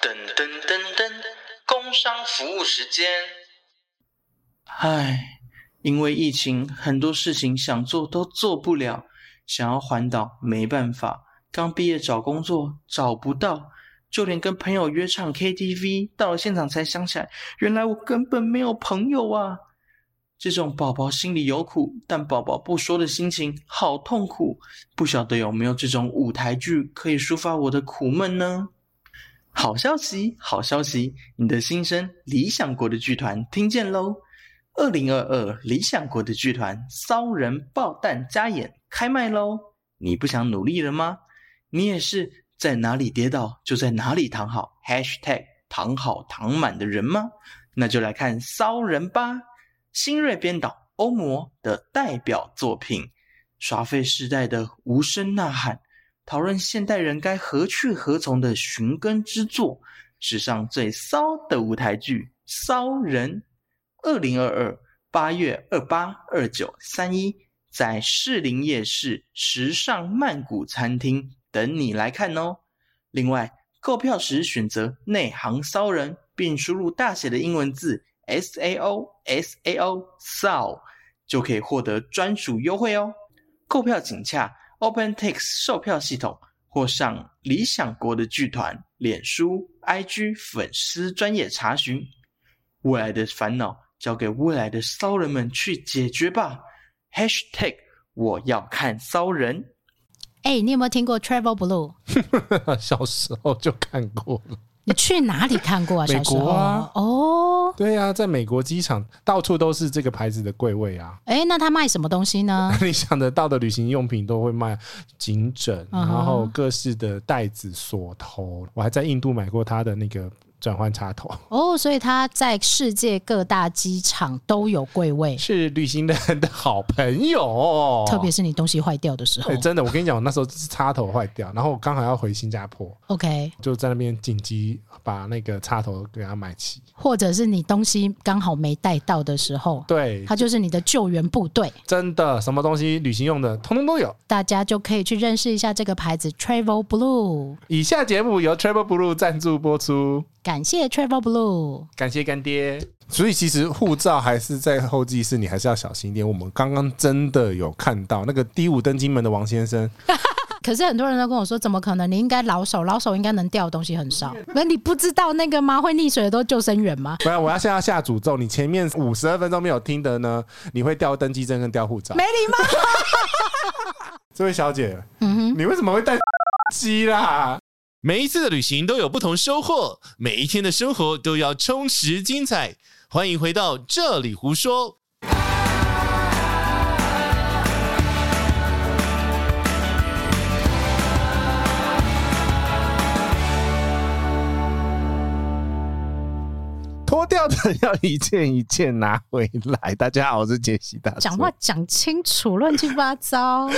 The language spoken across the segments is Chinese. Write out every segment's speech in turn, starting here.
噔噔噔噔，工商服务时间。唉，因为疫情，很多事情想做都做不了，想要环岛没办法。刚毕业找工作找不到，就连跟朋友约唱 KTV，到了现场才想起来，原来我根本没有朋友啊！这种宝宝心里有苦，但宝宝不说的心情好痛苦。不晓得有没有这种舞台剧可以抒发我的苦闷呢？好消息，好消息！你的心声，理想国的剧团听见喽！二零二二理想国的剧团骚人爆弹加演开卖喽！你不想努力了吗？你也是在哪里跌倒就在哪里躺好，#hashtag 躺好躺满的人吗？那就来看骚人吧！新锐编导欧摩的代表作品，耍废时代的无声呐喊，讨论现代人该何去何从的寻根之作，史上最骚的舞台剧《骚人》，二零二二八月二八、二九、三一，在士林夜市时尚曼谷餐厅等你来看哦。另外，购票时选择内行骚人，并输入大写的英文字。S A O S A O SAO 就可以获得专属优惠哦。购票请洽 OpenTix 售票系统或上理想国的剧团脸书、IG 粉丝专业查询。未来的烦恼交给未来的骚人们去解决吧。#hashtag 我要看骚人。哎、你有没有听过 Travel Blue？ 小时候就看过了。你去哪里看过啊？ 美小时候国啊哦，对呀、在美国机场到处都是这个牌子的柜位啊。 哎、那他卖什么东西呢？你想得到的旅行用品都会卖颈枕，嗯然哼后各式的袋子、锁头。我还在印度买过它的那个转换插 头，哦，所以他在世界各大机场都有柜位，是旅行人的好朋友。特别是你东西坏掉的时候。哦哎、真的，我跟你讲，我那时候是插头坏掉，然后我刚好要回新加坡， OK，就在那边紧急把那个插头给它买齐。或者是你东西刚好没带到的时候，对，他就是你的救援部队，真的，什么东西旅行用的，通通都有。大家就可以去认识一下这个牌子 Travel Blue。以下节目由 Travel Blue 赞助播出，感谢 Travel Blue。感谢干爹。所以其实护照还是在候机室，你还是要小心一点。我们刚刚真的有看到那个第五登金门的王先生，可是很多人都跟我说，怎么可能？你应该老手，老手应该能掉的东西很少。那你不知道那个吗？会溺水的都救生员吗？不然我要现在下诅咒，你前面五十二分钟没有听的呢，你会掉登机证跟掉护照。没礼貌。这位小姐，嗯哼，你为什么会带机啦？每一次的旅行都有不同收获，每一天的生活都要充实精彩。欢迎回到这里胡说。脱掉的要一件一件拿回来。大家好，我是杰西大叔。讲话讲清楚，乱七八糟。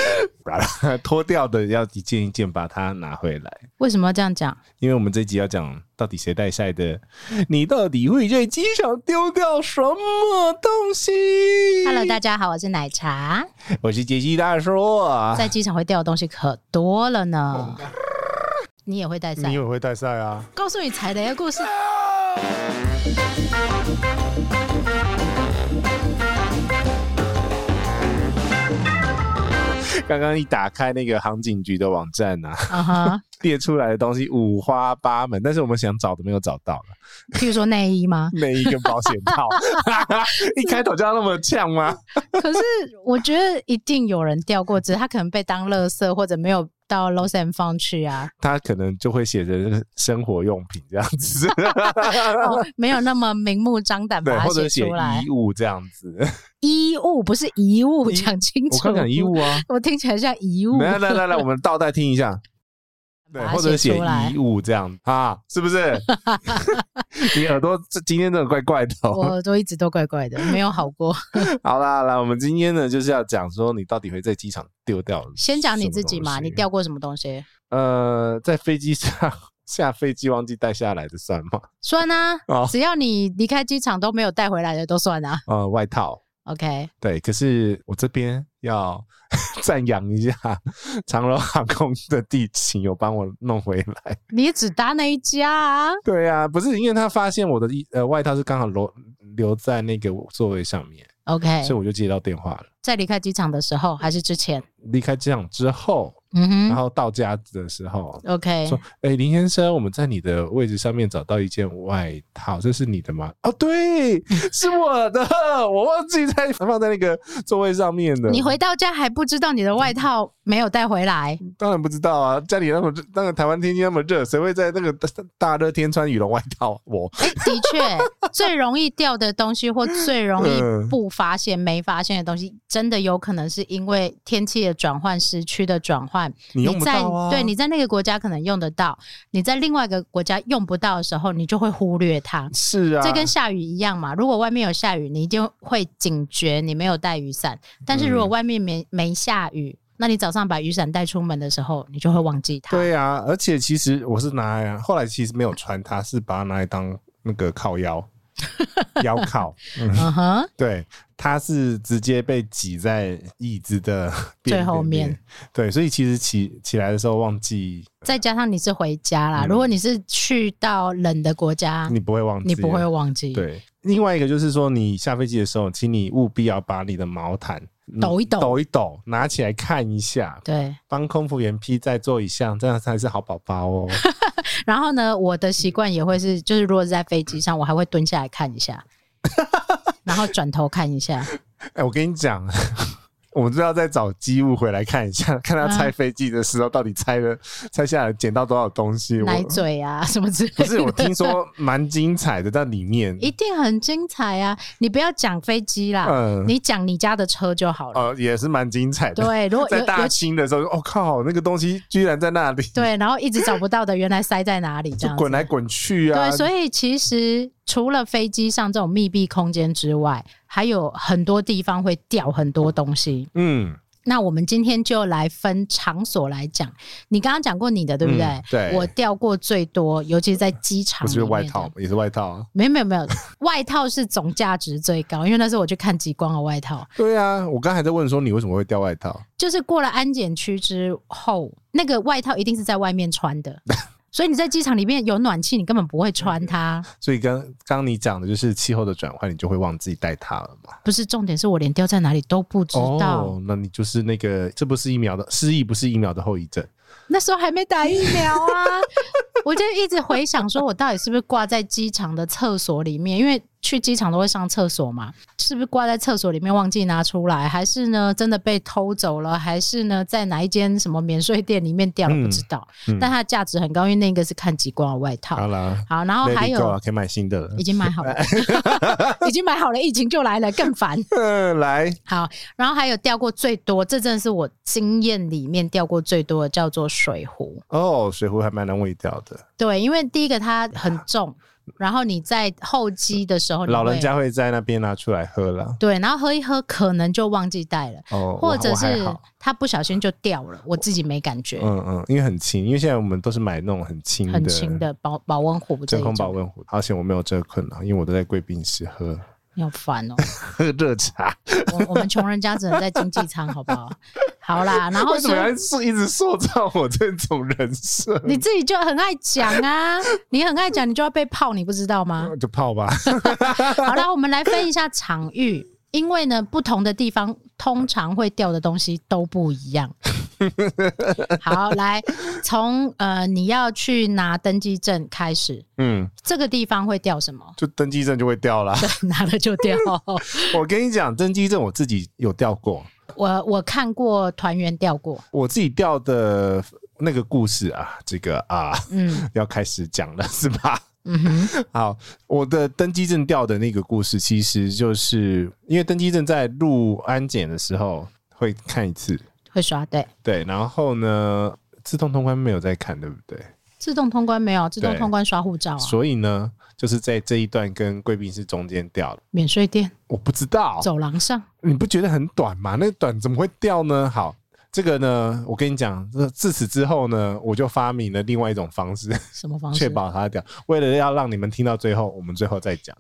脱掉的要一件一件把它拿回来，为什么要这样 讲？因为我们这集要讲到底谁带晒的，你到底会在机场丢掉什么东西 Hello，大家好，我是奶茶。我是杰西大叔啊。哦在机场会掉的东西可多了呢。你也会带伞你以？为会带赛啊？告诉你踩雷的故事。刚刚一打开那个航警局的网站 啊， 啊哈，列出来的东西五花八门，但是我们想找的没有找到啊 了，譬如说内衣吗？内衣跟保险套， 一开头就要那么呛吗？可是我觉得一定有人掉过，只是他可能被当垃圾，或者没有到 Los and Found 去 啊，他可能就会写着生活用品这样 子，哦、没有那么明目张胆对，把或它者写写出来。衣物这样 子。衣物不是遗物，衣讲清楚。我刚讲衣，物啊，我听起来像遗物。来来来来，我们倒带听 一下，对，把它或者写写出来衣物这样啊，是 不是？你耳朵这今天真的怪怪的、我哦。耳朵一直都怪怪的，没有好过。好啦，来，我们今天呢就是要讲说你到底会在机场丢掉。先讲你自己嘛，你掉掉过什么东西？呃，在飞机上下飞机忘记带下来的算吗？算啊，哦只要你离开机场都没有带回来的都算啊。呃，外套、 OK，对，可是我这边要 赞扬一下长荣航空的地勤，有帮我弄回来。你也只搭那一家啊？ 对啊，不是因为他发现我的衣呃外套是刚好留留在那个座位上面， OK，所以我就接到电话了。在离开机场的时候还是之前？离开机场之后，嗯哼然后到家的时候， ，OK，说：“哎、林先生，我们在你的位置上面找到一件外套，这是你的吗？”哦， 对，是我的，我忘记在放在那个座位上面的。你回到家还不知道你的外套没有带回 来，当然不知道啊，家里那么热那个台湾天气那么热，谁会在那个大大热天穿羽绒外套？啊我的确，最容易掉的东西或最容易嗯不发现、没发现的东西，真的有可能是因为天气的转换、时区的转换。你用不在到啊。对你在那个国家可能用得到，你在另外一个国家用不到的时候，你就会忽略它。是啊，这跟下雨一样嘛，如果外面有下雨，你一定会警觉你没有带雨伞。但是如嗯果外面没没下雨，那你早上把雨伞带出门的时候，你就会忘记它。对啊，而且其实我是拿来，后来其实没有穿它，是把它拿来当那个靠腰腰靠。嗯哼，对，它是直接被挤在椅子的边最后面边边。对，所以其实起起来的时候忘记，再加上你是回家啦，嗯如果你是去到冷的国家，你不会忘记，啊啊你不会忘记，对。另外一个就是说，你下飞机的时候，请你务必要把你的毛毯嗯抖一抖抖一抖，拿起来看一下，对。帮空服员披在座椅上，这样才是好宝宝哦。然后呢，我的习惯也会是，就是如果是在飞机上，我还会蹲下来看一下， 然后转头看一下。哎、我跟你讲， 我们就要再找机务回来看一下，看嗯他拆飞机的时候到底拆了、拆下来捡到多少东西。我奶嘴啊什么之类的。不是，我听说蛮精彩的，在里 面。一定很精彩啊！你不要讲飞机啦，嗯你讲你家的车就好了。呃，也是蛮精彩的。对，如果在有大有清的时候，我、哦、靠，那个东西居然在那里，，对，然后一直找不到的，原来塞在哪里这就样滚子。来滚去啊。对，所以其实除了飞机上这种密闭空间之外，还有很多地方会掉很多东西。嗯，那我们今天就来分场所来讲。你刚刚讲过你的，对不对？嗯对我掉过最多，尤其是在机场不里是面的外套，也是外套啊。没有没有没有， 外套是总价值最高，因为那是我去看极光的外套。对啊，我刚才在问说你为什么会掉外套？就是过了安检区之后，那个外套一定是在外面穿的，所以你在机场里面有暖气，你根本不会穿它。所以刚刚你讲的就是气候的转换，你就会忘记带它了嘛。不是重点，是我连丢在哪里都不知道。哦，那你就是那个，这不是疫苗的失忆，不是疫苗的后遗症。那时候还没打疫苗 啊，我就一直回想，说我到底是不是挂在机场的厕所里面？因为去机场都会上厕所嘛，是不是挂在厕所里面忘记拿出来，还是呢真的被偷走了，还是呢在哪一间什么免税店里面掉了？嗯不知道，但它的价值很高，因为那个是看极光的外套。好啦，好，然后 let it 还 go 有啊，可以买新的 了已。经买好了，已经买好了，疫情就来了，更烦。嗯，来，好，然后还有掉过最多，这真的是我经验里面掉过最多的，叫做水壶。哦，水壶还蛮难喂掉的，对，因为第一个它很重，然后你在候机的时候，你老人会家会在那边拿出来喝啦。对，然后喝一喝可能就忘记带了，哦，或者我还是好它不小心就掉了，我自己没感觉，嗯嗯，因为很轻，因为现在我们都是买那种很轻很轻的的保保温壶这真一空保种，温壶，好险我没有这个困扰，因为我都在贵宾室喝 你好烦哦。喝热茶。我我们穷人家只能在经济舱，好不好？好啦，然后为什么所以要一直塑造我这种人设？ 你自己就很爱讲啊，你很爱讲，你就要被泡，你不知道吗？就泡吧，啊好了，我们来分一下场 域，因为呢，不同的地方通常会掉的东西都不一样。 好，来从呃你要去拿登机证开始，嗯，这个地方会掉什么？就登机证就会掉啦。 拿了就 掉。我跟你讲，登机证我自己有掉过，我我看过团员掉过，我自己掉的那个故事啊，这个啊， 嗯要开始讲了是吧？嗯哼，好，我的登机证掉的那个故事，其实就是因为登机证在入安检的时候会看一次，会刷对。对，然后呢，自动通关没有在看，对不对？自动通关没有，自动对通关刷护照啊，所以呢，就是在这一段跟贵宾室中间掉了。免税店我不知道，走廊上，你不觉得很短吗？那短怎么会掉呢？好，这个呢，我跟你讲，这自此之后呢，我就发明了另外一种方式，什么方式？确保它掉。为了要让你们听到最后，我们最后再 讲，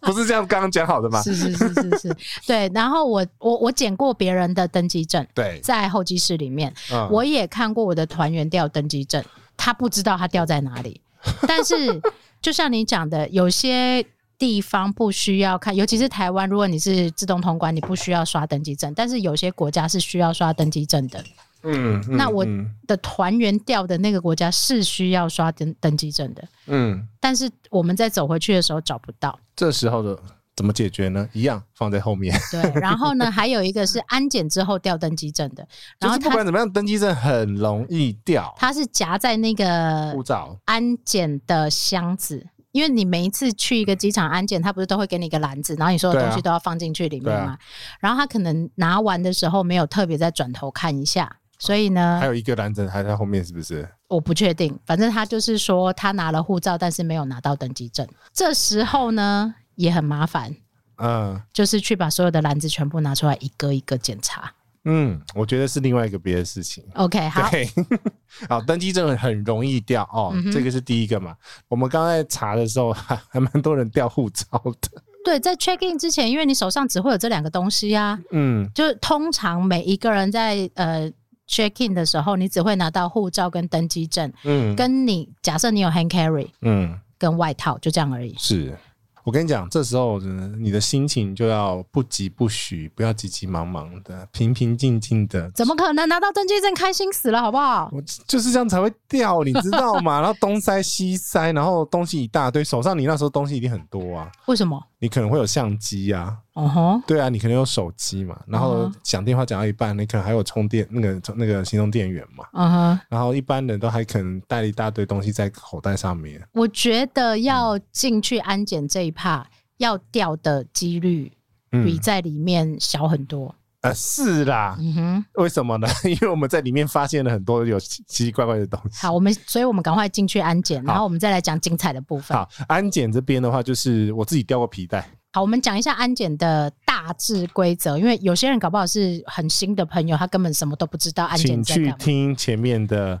不是这样刚刚讲好的吗？是是是是是，对。然后我我我捡过别人的登机证，对，在候机室里面，嗯我也看过我的团员掉登机证，他不知道他掉在哪 里。但是就像你讲的，有些地方不需要看，尤其是台湾，如果你是自动通关，你不需要刷登机证，但是有些国家是需要刷登机证的。嗯，嗯那我嗯的团员掉的那个国家是需要刷登登机证的，嗯，但是我们在走回去的时候找不到。这时候的怎么解决呢？一样放在后面， 对，然后呢，还有一个是安检之后掉登机证的， 然就后是不它管怎么样，登机证很容易掉，它是夹在那个护照。安检的箱子，因为你每一次去一个机场安检，它不是都会给你一个篮子，然后你所有嗯对啊东西都要放进去里面对啊嘛。然后他可能拿完的时候没有特别再转头看一下，所以呢还，有一个蓝证还在后面，是不是？我不确定。反正他就是说他拿了护照，但是没有拿到登机证。这时候呢，也很麻烦，嗯就是去把所有的篮子全部拿出来，一个一个检查。嗯，我觉得是另外一个别的事情。 OK，好，对， 好，登机证很容易掉哦，嗯哼这个是第一个嘛。我们刚才查的时候， 还还蛮多人掉护照的。对，在 check in 之前，因为你手上只会有这两个东西啊，嗯，就是通常每一个人在呃 check in 的时候，你只会拿到护照跟登机证，嗯跟你假设你有 hand carry 嗯，跟外套，就这样而已。是我跟你讲，这时候呢，你的心情就要不急不徐，不要急急忙忙的，平平静静的。怎么可能拿到登记证开心死了，好不好？我就是这样才会掉，你知道吗？然后东塞西塞，然后东西一大堆，手上你那时候东西一定很多啊，为什么？你可能会有相机啊，哦吼，对啊，你可能有手机嘛，然后嗯讲电话讲到一半，你可能还有充电那个充那个行动电源嘛，嗯哼，然后一般人都还可能带了一大堆东西在口袋上面。我觉得要进去安检这一趴，要掉的几率比嗯，在里面小很多。呃，是啦，嗯哼，为什么呢？ 因为我们在里面发现了很多有奇奇奇怪怪的东西。好，我们所以我们赶快进去安检，然后我们再来讲精彩的部分。好，安检这边的话，就是我自己掉过皮带，好，我们讲一下安检的大致规则，因为有些人搞不好是很新的朋友，他根本什么都不知道安检请在去干嘛。听前面的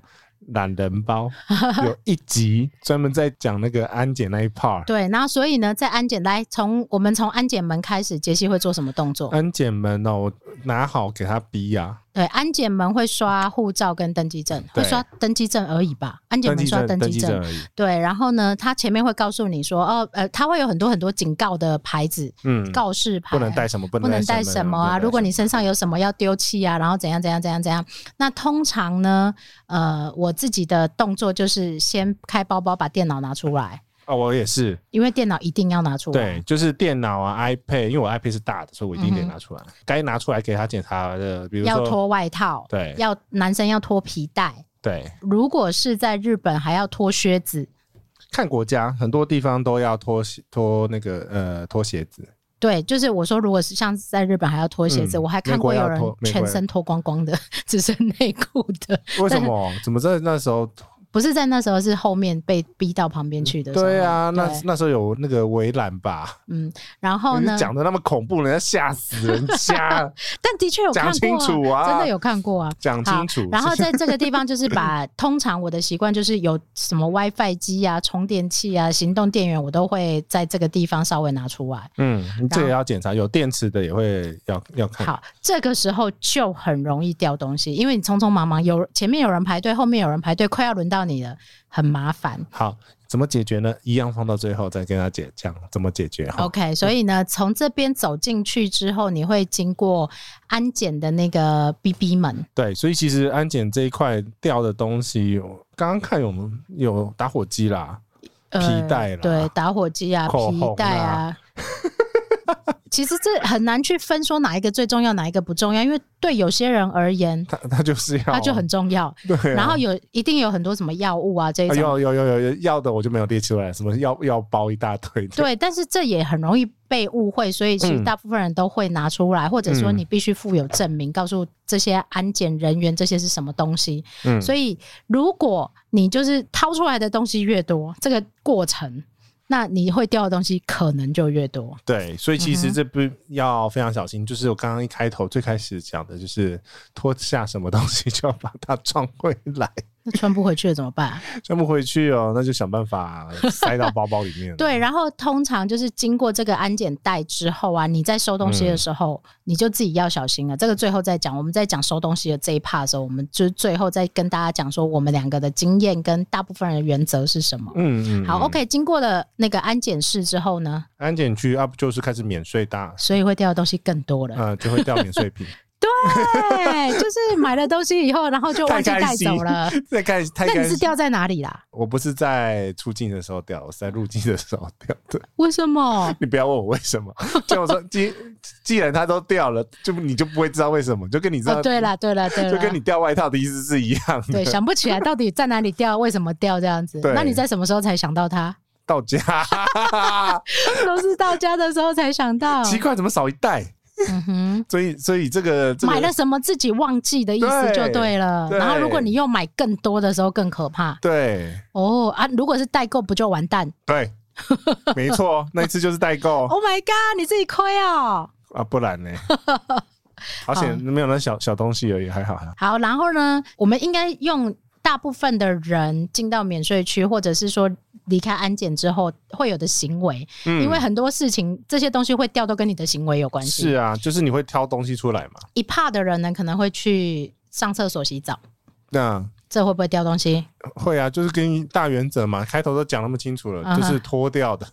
懒人包 有一集专门在讲那个安检那一 part。对，然后所以呢，在安检来从我们从安检门开始，杰西会做什么动作？安检门哦，我拿好给他逼呀、啊，对，安检门会刷护照跟登机证，会对刷登机证而已吧？安检登门记刷证登登机记证证，而已。对，然后呢，他前面会告诉你说，哦，呃，他会有很多很多警告的牌子、嗯，告示牌，不能带什么，不不能能带带什么啊？如果你身上有什么要丢弃啊，然后怎样怎样怎样怎样。那通常呢，呃，我自己的动作就是先开包包，把电脑拿出来，啊，我也是，因为电脑一定要拿出来。对，就是电脑啊、iPad，因为我 iPad 是大的，所以我一定得嗯哼拿出来，该拿出来给他检查的，比如要说脱外套，对要男生要脱皮带。对，如果是在日本，还要脱靴子。看国家，很多地方都要脱鞋脱那个呃脱鞋子，对，就是我说，如果是像在日本还要脱鞋子，嗯我还看美过国有要人脱美国全身脱光光的， 只剩内裤的，为什么？怎么在那时候？不是在那时候，是后面被逼到旁边去的时候。对啊，那对那时候有那个围栏吧？嗯，然后你呢？讲的那么恐怖，人家吓死人 家，但的确有看讲过、清楚啊真的有看过 啊。讲好清楚。然后在这个地方，就是把通常我的习惯就是有什么 WiFi 机啊、充电器啊、行动电源，我都会在这个地方稍微拿出来。嗯，你这也要检查，有电池的也会要要看。好，这个时候就很容易掉东西，因为你匆匆忙忙，有前面有人排队，后面有人排队，快要轮到你了，很麻烦。好，怎么解决呢？一样放到最后再跟他解讲怎么解决哈。 OK，所以呢，从这边走进去之后，你会经过安检的那个 BB 门，对，所以其实安检这一块掉的东西，我刚刚看有有打火机啦，呃皮带啦对，打火机啊，口皮红带啊 啊。其实这很难去分说哪一个最重要，哪一个不重要，因为对有些人而言，它它就是要，它就很重要。 对啊、然后有一定有很多什么药物啊这一啊、种，有有有有有要的我就没有列出来，什么要要包一大堆的，对，但是这也很容易被误会，所以其实嗯大部分人都会拿出来，或者说嗯你必须附有证明，告诉这些安检人员这些是什么东西。嗯所以如果你就是掏出来的东西越多，这个过程那你会掉的东西可能就越多。对，所以其嗯实哼这不要非常小心。就是我刚刚一开头最开始讲的，就是脱下什么东西就要把它装回来，那穿不回去了怎么 办？。装不回去哦，那就想办法塞到包包里 面对，然后通常就是经过这个安检带之后啊，你在收东嗯西的时候，你就自己要小心了。这个最后再讲，我们在讲收东西的这一 part 的时候，我们就最后再跟大家讲说我们两个的经验跟大部分人的原则是什么。嗯，嗯嗯，好，OK，经过了那个安检室之后呢，安检区啊，不就是开始免税大，所以会掉的东西更多了。呃，就会掉免税 品。对，就是买了东西以后，然后就忘记带走了。再开 始太那开你是始，掉在哪里啦？我不是在出境的时候掉，我是在入境的时候掉 的。为什么？ 你不要问我为什么，就我说，既既然它都掉了，就你就不会知道为什么，就跟你知道，哦，对了，对了，对就跟了你。掉外套的意思是一样 的。对，想不起来到底在哪里掉，为什么掉这样子对？那你在什么时候才想到 它？到家，都是到家的时候才想到。奇怪，怎么少一袋？嗯哼，所以，所以这个这个买了什么自己忘记的意思就对了。对对然后如果你又买更多的时候更可怕对哦啊！如果是代购不就完蛋 对，没错，那一次就是代购、 ？Oh my god！你自己亏哦。啊，不然 呢？而且没有那小小东西而已，还好还好。好，然后呢，我们应该用大部分的人进到免税区，或者是说离开安检之后会有的行为，嗯因为很多事情这些东西会掉，都跟你的行为有关系。是啊，就是你会挑东西出来嘛？一怕的人呢，可能会去上厕所、洗澡，那这会不会掉东西？会啊，就是跟你大原则嘛，开头都讲那么清楚了，嗯哼就是脱掉的、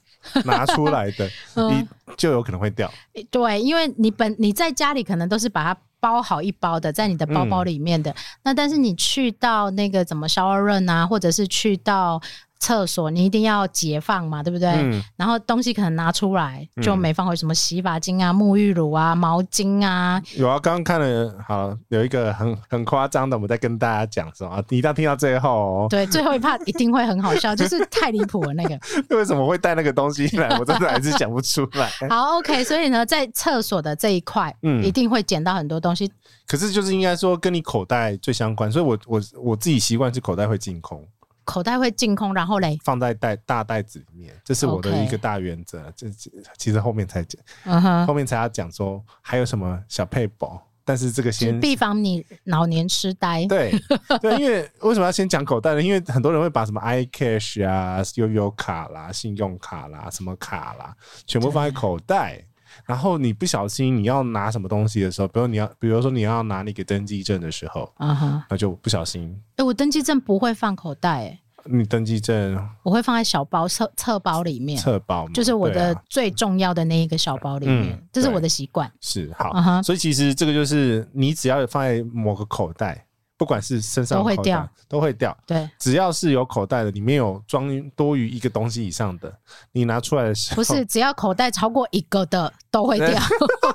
拿出来的， 嗯你就有可能会掉。对，因为你本你在家里可能都是把它包好一包的，在你的包包里面的。那但是你去到那个怎么消二润啊，或者是去到厕所，你一定要解放嘛，对不对？嗯，然后东西可能拿出来就嗯没放回，什么洗发精啊、沐浴乳啊、毛巾啊，有啊，刚刚看了，好有一个很很夸张的，我们在跟大家讲说啊，你一定要听到最后、哦， 对，最后一趴一定会很好笑，就是太离谱了那个。为什么会带那个东西来，我真的还是讲不出来。 好，OK，所以呢，在厕所的这一块，嗯一定会捡到很多东西。可是就是应该说跟你口袋最相关，所以我我我自己习惯是口袋会净空，口袋会净空，然后嘞，放在袋大袋子里面，这是我的 OK 一个大原则。这这其实后面才讲，嗯哼，后面才要讲说还有什么小配宝，但是这个是先避防你老年痴呆。 对对，因为为什么要先讲口袋呢？因为很多人会把什么 iCash 啊、悠悠卡啦、信用卡啦、什么卡啦，全部放在口袋。然后你不小心你要拿什么东西的时候，比如你要，比如说你要拿那个登记证的时候，嗯哼，那就不小心哎、我登记证不会放口袋、欸，你登记证我会放在小包侧侧包里面，册包嘛，就是我对啊的最重要的那一个小包里面，嗯这是我对的习惯。是好嗯哼所以其实这个就是你只要放在某个口袋，不管是身上的都会口袋掉，都会掉。对，只要是有口袋的，里面有装多余一个东西以上的，你拿出来的时候不 是只要口袋超过一个的都会掉，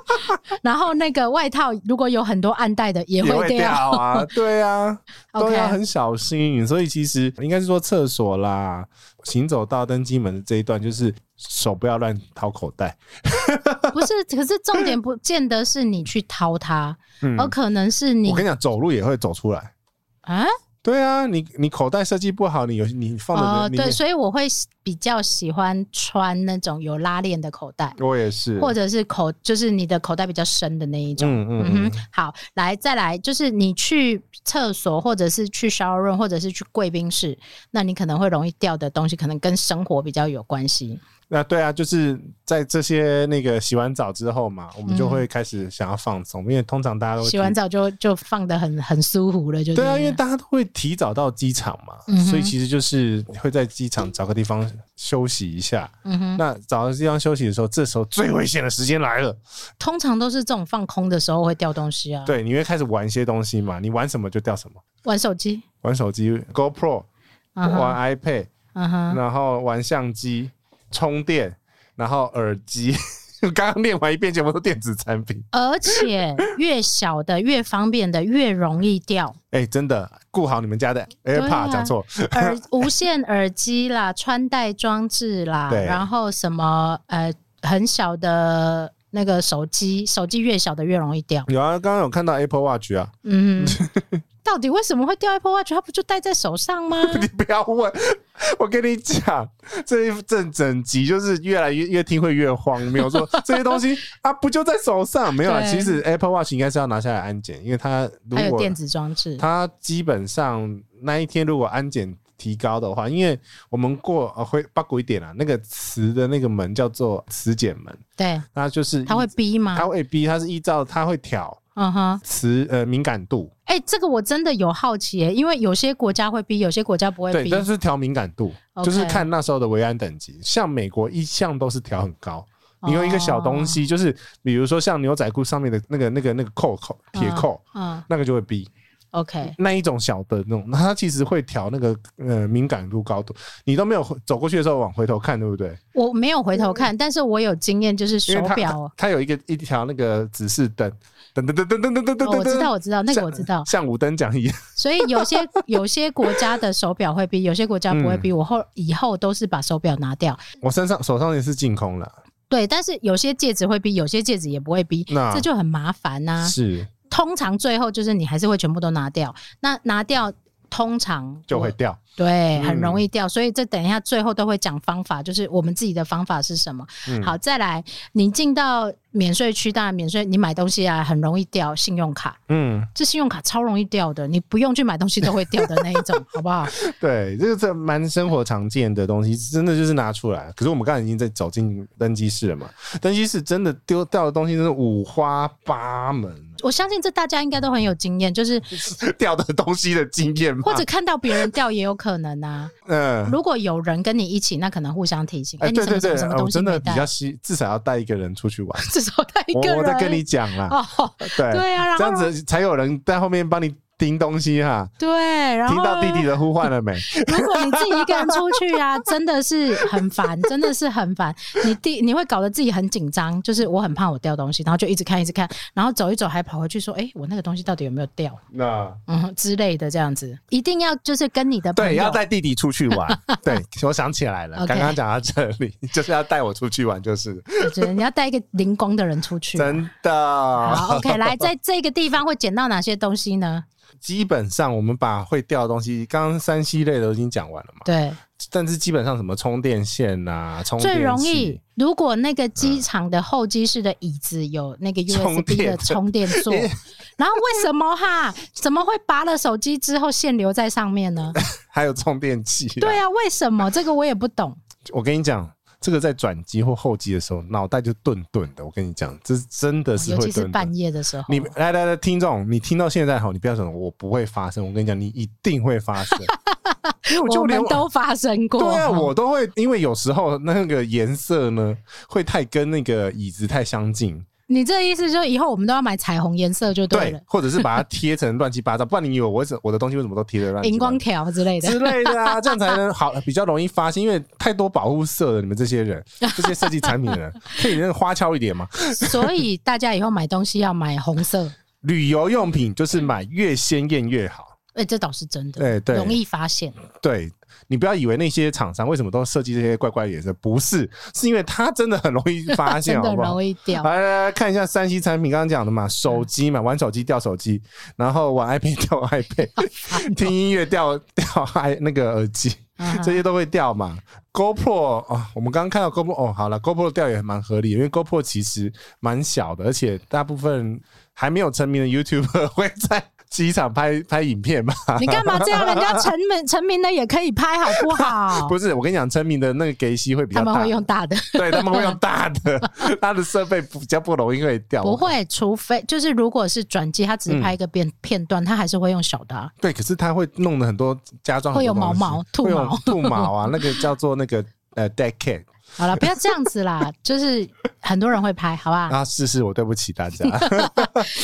然后那个外套如果有很多暗袋的也也会会掉掉。 啊，对啊，都 OK，要很小心。所以其实应该是说厕所啦，行走到登机门的这一段，就是手不要乱掏口袋。不是，可是重点不见得是你去掏它，嗯，而可能是你我跟你讲，走路也会走出来。啊，对啊，你你口袋设计不好，你有你放的、哦，你对，所以我会比较喜欢穿那种有拉链的口袋，我也是，或者是口，就是你的口袋比较深的那一种。嗯嗯嗯嗯哼，好，来再来，就是你去厕所，或者是去 shower room，或者是去贵宾室，那你可能会容易掉的东西，可能跟生活比较有关系。那对啊，就是在这些那个洗完澡之后嘛，我们就会开始想要放松，因为通常大家都会嗯洗完提澡就就放的很很舒服了，就对啊，了因为大家都会提早到机场嘛，嗯哼所以其实就是会在机场找个地方休息一下。嗯哼，那找个地方休息的时候，这时候最危险的时间来了。通常都是这种放空的时候会掉东西啊，，对，你会开始玩一些东西嘛，你玩什么就掉什么，玩手机，玩手机、GoPro、嗯哼，玩 iPad，、嗯哼，然后玩相机、充电，然后耳机。 刚刚念完一遍，全部都电子产品。而且越小的越方便的越容易掉，哎、真的，顾好你们家的啊 AirPod，讲错、耳无线耳机 啦，穿戴装置啦，对然后什么呃很小的那个手机，手机越小的越容易掉。 有啊，刚刚有看到 Apple Watch 啊，嗯，到底为什么会掉 Apple Watch？它不就戴在手上 吗？不要问，我跟你讲，这一阵整集就是越来越越听会越荒 谬，说这些东西啊不就在手上？没有啦，对其实 Apple Watch 应该是要拿下来安检，因为它如还有果电子装置，它基本上那一天如果安检提高的话，因为我们过呃会八股一点啊，那个磁的那个门叫做磁检门，对，那就是它会逼吗它？会逼，它是依照它会调嗯哼，磁呃敏感度，哎、这个我真的有好奇耶、因为有些国家会逼，有些国家不会对，逼。但是调敏感度 OK 就是看那时候的维安等级，像美国一向都是调很高。哦你用一个小东西，就是比如说像牛仔裤上面的那个、那个、那个扣扣铁扣，嗯嗯那个就会逼。 ，OK，那一种小的那种，那它其实会调那个呃敏感度高度，你都没有走过去的时候往回头看，对不对？我没有回头看，但是我有经验，就是因手为它表它哦，它有一个一条那个指示灯，噔噔噔噔噔噔噔噔噔，哦我知道，我知道，那个我知道。像五等奖一样，所以有些有些国家的手表会逼，有些国家不会嗯逼。我后以后都是把手表拿掉。我身上手上也是净空了，对，但是有些戒指会逼，有些戒指也不会逼，那这就啊很麻烦呐、是通常最后就是你还是会全部都拿掉。那拿掉通常就我会掉。对，很嗯容易掉，所以这等一下最后都会讲方法，就是我们自己的方法是什么。嗯好，再来，你进到免税区，当然免税，你买东西啊很容易掉，信用卡，嗯，这信用卡超容易掉的，你不用去买东西都会掉的那一种，好不好？对，这个这蛮生活常见的东西，真的就是拿出来。可是我们刚才已经在走进登机室了嘛，登机室真的丢掉的东西真是五花八门， 我相信这大家应该都很有经验，就是掉的东西的经验嘛或者看到别人掉也有可能 啊。嗯。如果有人跟你一起，那可能互相提醒，哎、哎，你对什么什么对对什，么呃我东西真的没比带较？希，至少要带一个人出去玩。至少带 一我个人。我在跟你讲 啦，哦，对，对啊，然这样后子才有人在后面帮你盯东西哈。对，然后听到弟弟的呼唤了没？ 如果你自己一个人出去啊，真的是很烦，真的是很烦。你第你会搞得自己很紧张，就是我很怕我掉东西，然后就一直看一直看，然后走一走还跑回去说，哎、我那个东西到底有没有掉，那嗯之类的这样子，一定要就是跟你的朋友对，要带弟弟出去玩。 对，我想起来了， OK 刚刚讲到这里， 就是要带我出去玩，就是就是你要带一个灵光的人出 去。啊真的。 好，OK，来，在这个地方会捡到哪些东西呢？基本上我们把会掉的东西，刚刚三 C 类的都已经讲完了嘛。对，但是基本上什么充电线呐、充电最器容易，如果那个机场的候机室的椅子有那个充 USB 电的充电座， 然后为什么哈？怎么会拔了手机之后线留在上面 呢？还有充电器、对，啊，为什么？这个我也不懂。我跟你讲，这个在转机或后机的时候，脑袋就顿顿的。我跟你讲，这真的是哦尤会其是顿顿。半夜的时候，你来来来，听众，你听到现在吼，你不要想我不会发生，我跟你讲，你一定会 发生。因为我就我连们都发生过。对啊，我都会，因为有时候那个颜色呢，会太跟那个椅子太相近，你这意思就是以后我们都要买彩虹颜色就对对了，，或者是把它贴成乱七八 糟，不然你以为我为什我的东西为什么都贴的乱七荧八光糟？条之类的。之类的啊，这样才能好，比较容易发现，因为太多保护色了。你们这 些人，这些设计产品的人，可以那个花俏一点嘛。所以大家以后买东西要买红色，旅游用品就是买越鲜艳越好，哎、这倒是真的，对对容易发现。对你不要以为那些厂商为什么都设计这些怪怪的颜色，不是，是因为它真的很容易发现， 真的好不啊好容易？掉来来来看一下三 C 产品，刚刚讲的嗯嘛，手机嘛，玩手机掉手机，然 后玩 iPad 掉 iPad，听音乐掉掉 i 那个耳机，嗯这些都会掉嘛。GoPro 啊，我们刚刚看到 GoPro 哦，好了，GoPro 掉也蛮合理，因为 GoPro 其实蛮小的，而且大部分还没有成名的 YouTuber 会在机场拍拍影片嘛。你干嘛这样？人家成 名成名的也可以拍，好不好？不是，我跟你讲，成名的那个给息会比哦他较们大会，用大的，对他们会用大的， 他的设备比较不容易会掉。不会，除非就是如果是转机，他只是拍一个片片段，他还是会用小的啊、对，可是他会弄的很多家装很多会有毛东西毛兔会有毛兔毛啊，那个叫做那个呃 dead cat 好了，不要这样子 啦，就是很多人会拍，好吧？嗯啊，是是，我对不起大 家。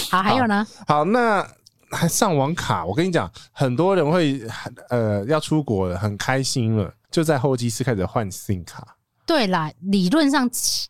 好，还有呢？好，那还上网卡，我跟你讲，很多人会呃要出国了，很开心了，就在候机室开始换 SIM 卡，对啦，理论上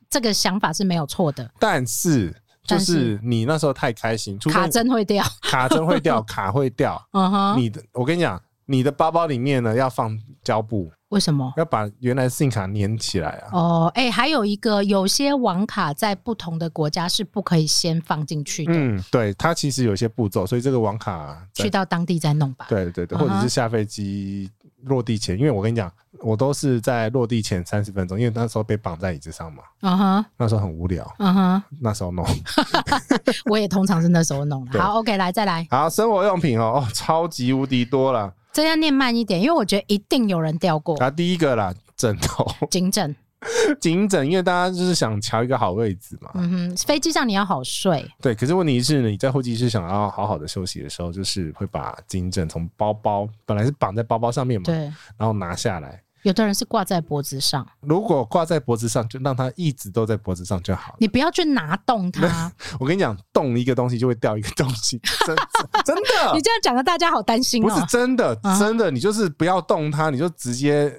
这个想法是没有错的，但是。就但是是你那时候太开心，除非卡针会掉。 卡针会掉，卡会掉。嗯哼，你的，我跟你讲，你的包包里面呢要放胶布，为什么？要把原来的信卡粘起来啊。哦，哎、还有一个，有些网卡在不同的国家是不可以先放进去的，嗯，对，它其实有一些步骤，所以这个网卡在去到当地再弄吧。对对嗯对，哼或者是下飞机落地前，因为我跟你讲，我都是在落地前三十分钟，因为那时候被绑在椅子上嘛，嗯哼，那时候很无聊，嗯哼，那时候弄。我也通常是那时候弄的。对好，OK，来再来，好，生活用品哦，哦，超级无敌多了。这要念慢一点，因为我觉得一定有人掉过。啊，第一个啦，枕头， 颈枕，颈枕，因为大家就是想瞧一个好位置嘛。嗯哼，飞机上你要好睡，对，可是问题是，你在候机室想要好好的休息的时候，就是会把颈枕从包包本来是绑在包包上面嘛，对，然后拿下来。有的人是挂在脖子上，如果挂在脖子上，就让它一直都在脖子上就好了。你不要去拿动它。我跟你讲，动一个东西就会掉一个东西， 真真的 你这样讲的大家好担心不哦是。真的嗯，真的，你就是不要动它，你就直接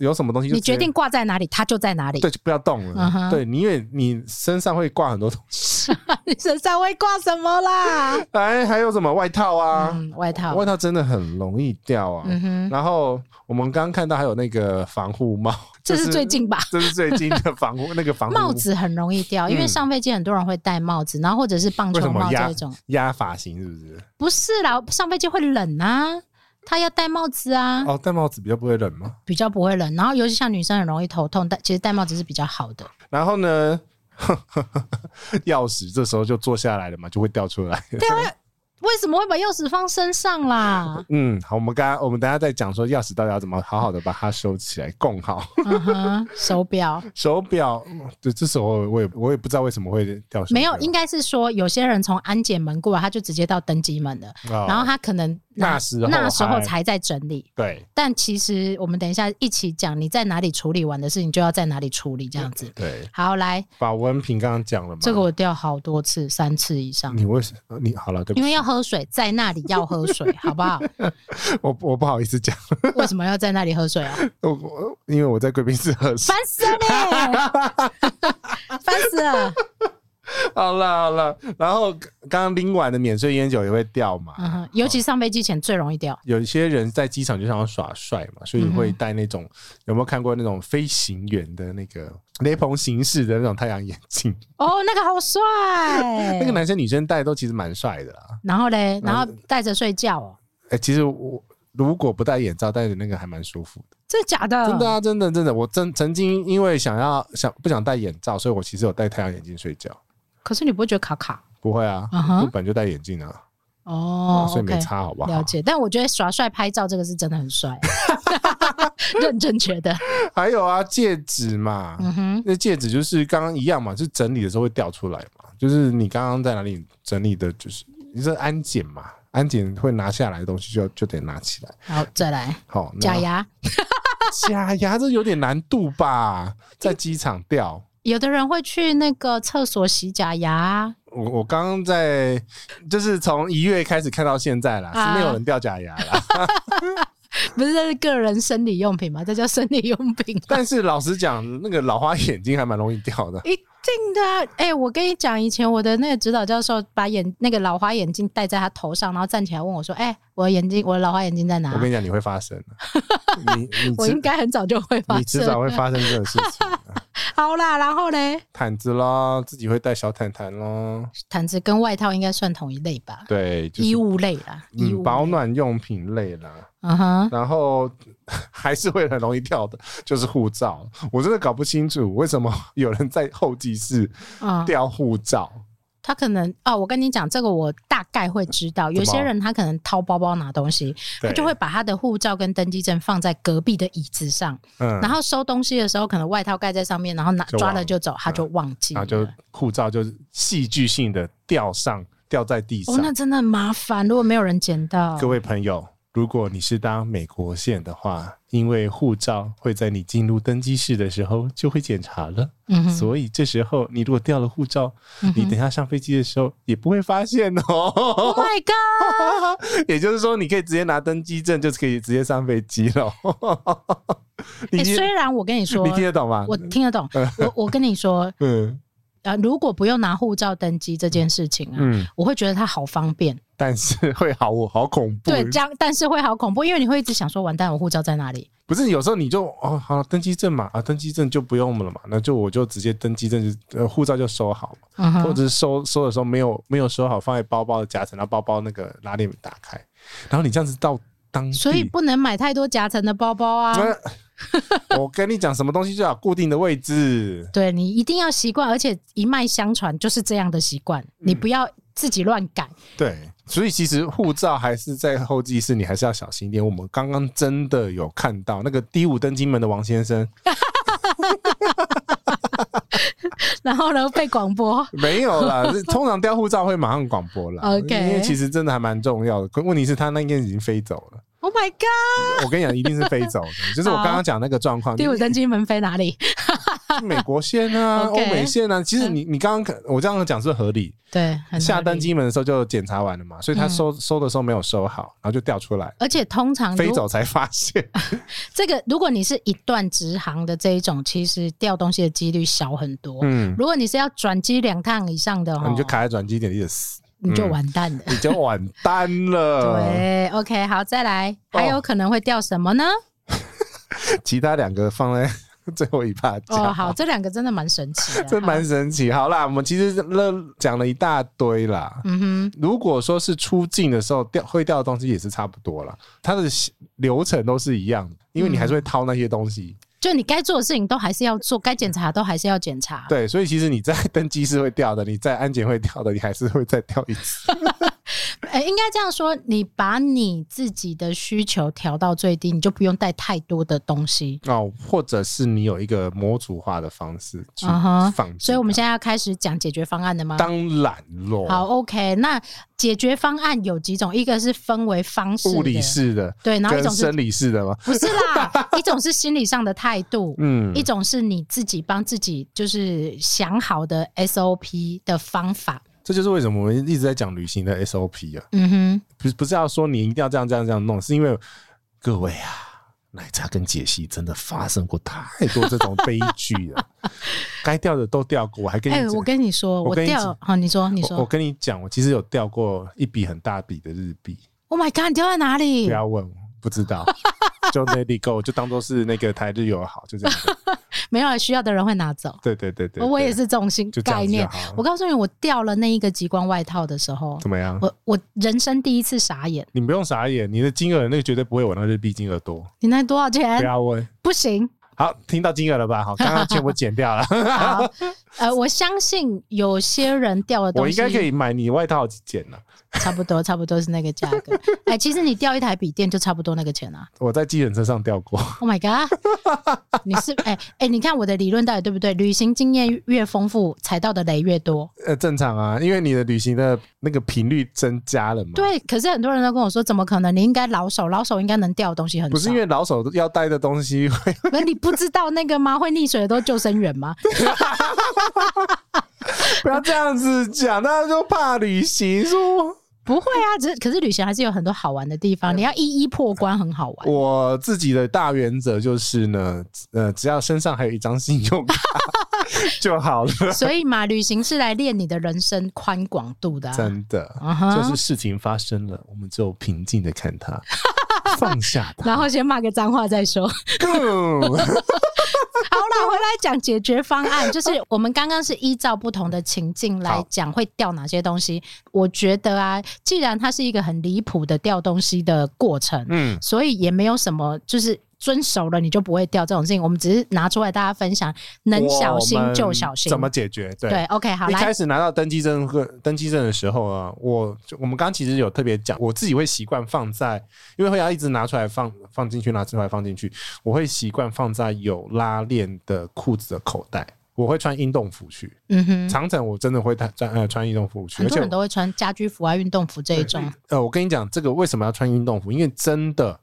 有什么东西就你直接决定挂在哪里，它就在哪里。对，就不要动嗯了。哼对，你因为你身上会挂很多东西， 你身上会挂什么啦？哎，还有什么外套啊？嗯，外套外。套真的很容易掉啊。嗯哼，然后我们刚刚看到还有那个防护帽， 这就是最近吧？ 这是最近的防护那个防护帽子很容易掉，因为嗯上飞机很多人会戴帽子，然后或者是棒为球什帽么压这种。压发型是不是？不是啦，上飞机会冷啊，他要戴帽子啊，哦，戴帽子比较不会冷吗？比较不会冷。然后尤其像女生很容易头痛，但其实戴帽子是比较好的。然后呢， 钥匙这时候就坐下来了嘛，就会掉出来。为什么会把钥匙放身上啦？嗯，好，我们刚刚我们等一下再讲说钥匙到底要怎么好好的把它收起来，供好。嗯哼，手表手表，嗯对，这时候我也我也不知道为什么会掉手表。没有，应该是说有些人从安检门过来，他就直接到登机门了，哦然后他可能拿那时候那时候还才在整理。对但其实我们等一下一起讲，你在哪里处理完的事情，就要在哪里处理这样子。对，好，来，保温瓶刚刚讲了嘛，这个我掉好多次，三次以上，你为什么你好了，对不因起，为要喝水，在那里要喝水，好不 好？我我不好意思讲，为什么要在那里喝水啊？我我因为我在贵宾室喝水。烦死了你，烦死了。好了好了，然后刚刚拎完的免税烟酒也会掉嘛，嗯哼，尤其上飞机前最容易掉。有一些人在机场就想要耍帅嘛，所以嗯会戴那种、有没有看过那种飞行员的那个雷朋形式的那种太阳眼镜？哦，那个好帅，那个男生女生戴都其实蛮帅的啦。然后嘞，然后戴着睡觉、哦，哎、其实我如果不戴眼罩，戴着那个还蛮舒服的。真的假的？真的啊，真的真的，我真曾经因为想要想不想戴眼罩，所以我其实有戴太阳眼镜睡觉。可是你不会觉得卡卡不会啊，嗯哼我本来就戴眼镜啊，哦所以没 OK 差，好不好？了解，但我觉得耍帅拍照这个是真的很 帅，认真觉得。还有啊，戒指嘛，嗯哼，那戒指就是刚刚一样嘛，是整理的时候会掉出来嘛，就是你刚刚在哪里整理的，就是你是安检嘛，安检会拿下来的东西就就得拿起来。好，再来好，那假，牙。假牙这有点难度吧，在机场掉。有的人会去那个厕所洗假牙啊，我我刚刚在，就是从一月开始看到现在啦，啊是没有人掉假 牙啦。不是这是个人生理用品吗？这叫生理用品吗。但是老实讲，那个老花眼睛还蛮容易掉的。一定的啊、哎、我跟你讲，以前我的那个指导教授把眼那个老花眼镜戴在他头上，然后站起来问我说：“哎、我的眼镜，我的老花眼镜在哪我跟你讲，你会发生的， 你你？”我应迟该很早就会发你迟现。早会发生这种事情的。好啦，然后嘞，毯子啦，自己会带小毯毯啦，毯子跟外套应该算同一类吧，对，就是衣物类啦，衣物嗯类保。暖用品类啦，嗯哼，然后 还是会很容易掉的， 就是护照。我真的搞不清楚为什么有人在候机室嗯，掉护照，他可能哦，我跟你讲，这个我大概会知道，有怎些么人他可能掏包包拿东西，他对就会把他的护照跟登机证放在隔壁的椅子上，嗯，然后收东西的时候，可能外套盖在上面，然后拿就忘抓了了就走，他就忘记然了。后就护照就是戏剧性的掉上掉在地上哦，。那真的很麻烦，如果没有人捡到，各位朋友，如果你是当美国线的话，因为护照会在你进入登机室的时候就会检查了。嗯哼，所以这时候你如果掉了护照，嗯你哼等一下上飞机的时候也不会发现 哦。 Oh my god！也就是说，你可以直接拿登机证，就是可以直接上飞机 了。你哎听、虽然我跟你说你，听得懂吗？我听得懂，我我跟你说，嗯，呃，如果不用拿护照登机这件事情啊，嗯，我会觉得它好方便。但是会好，我好恐怖。对，这样但是会好恐怖，因为你会一直想说，完蛋，我护照在哪里？不是有时候你就哦，好登机证嘛，啊，登机证就不用了嘛，那就我就直接登机证就呃护照就收好嘛，嗯或哼，者是收收的时候没有没有收好，放在包包的夹层，然后包包那个拉链打开，然后你这样子到当地，所以不能买太多夹层的包包啊。 呃我跟你讲，什么东西就要有固定的位置，对你一定要习惯，而且一脉相传就是这样的习惯，你嗯不要自己乱改。对，所以其实护照还是在候机室，你还是要小心一点。我们刚刚真的有看到那个第五登机门的王先生，然后呢，被广播没有啦，是通常掉护照会马上广播啦 OK 因为其实真的还蛮重要的。可问题是，他那天已经飞走了。 ，Oh my God！我跟你讲，一定是飞 走的，就是我刚刚讲那个状况，第五就是登机门飞哪里？去美国线啊，欧 OK 美线啊。其实你你刚刚可我这样讲是合理，对，很下合理嗯登。机门的时候就检查完了嘛，所以他收收的时候没有收好，然后就掉出来，而且通常飞啊如走才发 现。这个，如果你是一段直航的这一种，其实掉东西的几率小很多。嗯，如果你是要转机两趟以上的哦，你就卡在转机点，你就死，你就嗯完蛋了。你就完蛋了。对，OK，好，再来，嗯呃哦还有可能会掉什 么呢？其他两个放在 最后一趴讲。哦，好，这两个真的蛮神奇的， 这蛮好，神奇。好啦，我们其实乐讲了一大堆啦。嗯哼，如果说是出境的时候掉会掉的东西也是差不多啦，它的流程都是一样的，因为你还嗯是会掏那些东西。就你该做的事情都还是要做，该检查都还是要检查。对，所以其实你在登机是会掉的，你在安检会掉的，你还是会再掉一次。呃，应该这样说，你把你自己的需求调到最低，你就不用带太多的东西。哦，或者是你有一个模组化的方式去嗯哼放置它。所以我们现在要开始讲解决方案了吗？当然咯，啊好，OK。那解决方案有几种？一个是分为方式的，物理式的对，然后一跟种是生理式的吗？不是啦？ 一种是心理上的态度，嗯一，种是你自己帮自己就是想好的 SOP 的方法。这就是为什么我们一直在讲旅行的 SOP 啊。嗯哼，不是不是要说你一定要这样这样这样弄，是因为各位啊，奶茶跟解析真的发生过太多这种悲剧 了，该掉的都掉过，我还跟你哎、讲、我跟你说，我我跟你掉讲好，你说，你我我说跟你讲，我其实有掉过一笔很大笔的日币， ，Oh my God，你掉在哪不里？要问我，不知 道。就 let it go，就当做是那个台日友好，就这样子。没有啊需要的人会拿走。对对对对 对我也是这种心就这样概子就念好嗯了。我告诉你，我掉了那一个极光外套的时候，怎么样？我我人生第一次傻眼。你不用傻眼，你的金额那个绝对不会我那日币金额多，你那多少不钱？要问。不 行。好，听到金额了吧？ 好，刚刚全部剪掉了。好，呃，我相信有些人掉的我东应西该可以买你外套去剪啊了。差不多，差不多是那个价格。哎、其实你掉一台笔电就差不多那个钱啊。我在计程车上掉过， Oh my god！你是哎哎、你看我的理论到底对不对？旅行经验越丰富，踩到的雷越多。 呃，正常啊，因为你的旅行的那个频率增加了嘛。，对，可是很多人都跟我说，怎么可能？你应该老手，老手应该能掉的东西很少。不是因为老手要带的东 西会，那你不知道那个吗？会溺水的都救生员吗？不要这样子讲，大家就怕旅行说。不会啊，只是可是旅行还是有很多好玩的地方，你要一一破关，很好玩。我自己的大原则就是呢，呃，只要身上还有一张信 用卡就好了，所以嘛，旅行是来练你的人生宽广度的、啊。真的。嗯哼就是事情发生了，我们就平静的 看它，放下它。然后先骂个脏话再 说。好 啦，回来讲解决方案，就是我们刚刚是依照不同的情境来讲会掉哪些东西。我觉得啊，既然它是一个很离谱的掉东西的过程，嗯，所以也没有什么就是。遵守了你就不会掉这种事情，我们只是拿出来大家分享，能小心就小心。我们怎么嗯解决？对对，OK，好，一来开，始拿到登机证和登机证的时候啊，我就我们刚刚其实有特别讲，我自己会习惯放在，因为会要一直拿出来放放进去，拿出来放进去，我会习惯放在有拉链的裤子的口袋。我会穿运动服去，嗯哼，长城我真的会穿穿呃穿运动服去，很而多且人都会穿家居服啊、运动服这一种。呃我跟你讲，这个为什么要穿运动服？因为真的，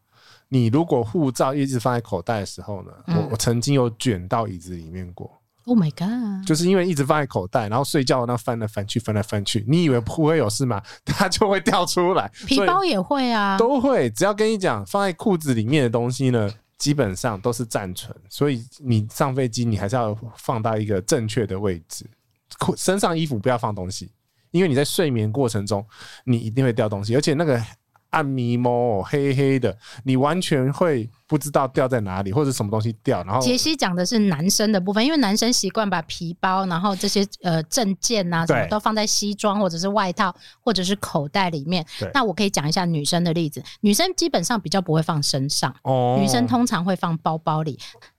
你如果护照一直放在口袋的时候呢，我嗯我曾经有卷到椅子里面过， Oh my god！就是因为一直放在口袋，然后睡觉那翻来翻去，翻来翻去，你以为不会有事吗？ 它就会掉出来，皮所包也会啊以，都会。只要跟你讲，放在裤子里面的东西呢，基本上都是暂存，所以你上飞机你还是要放到一个正确的位置。裤身上衣服不要放东西，因为你在睡眠过程中你一定会掉东西，而且那个暗迷蒙黑黑的，你完全会不知道掉在哪里或者什么东西掉，然后杰西讲的是男生的部分，因为男生习惯把皮包，然后这些呃证件呐、啊、什么对都放在西装或者是外套或者是口袋里面对。那我可以讲一下女生的例子，女生基本上比较不会放身上，哦女生通常会放包包里。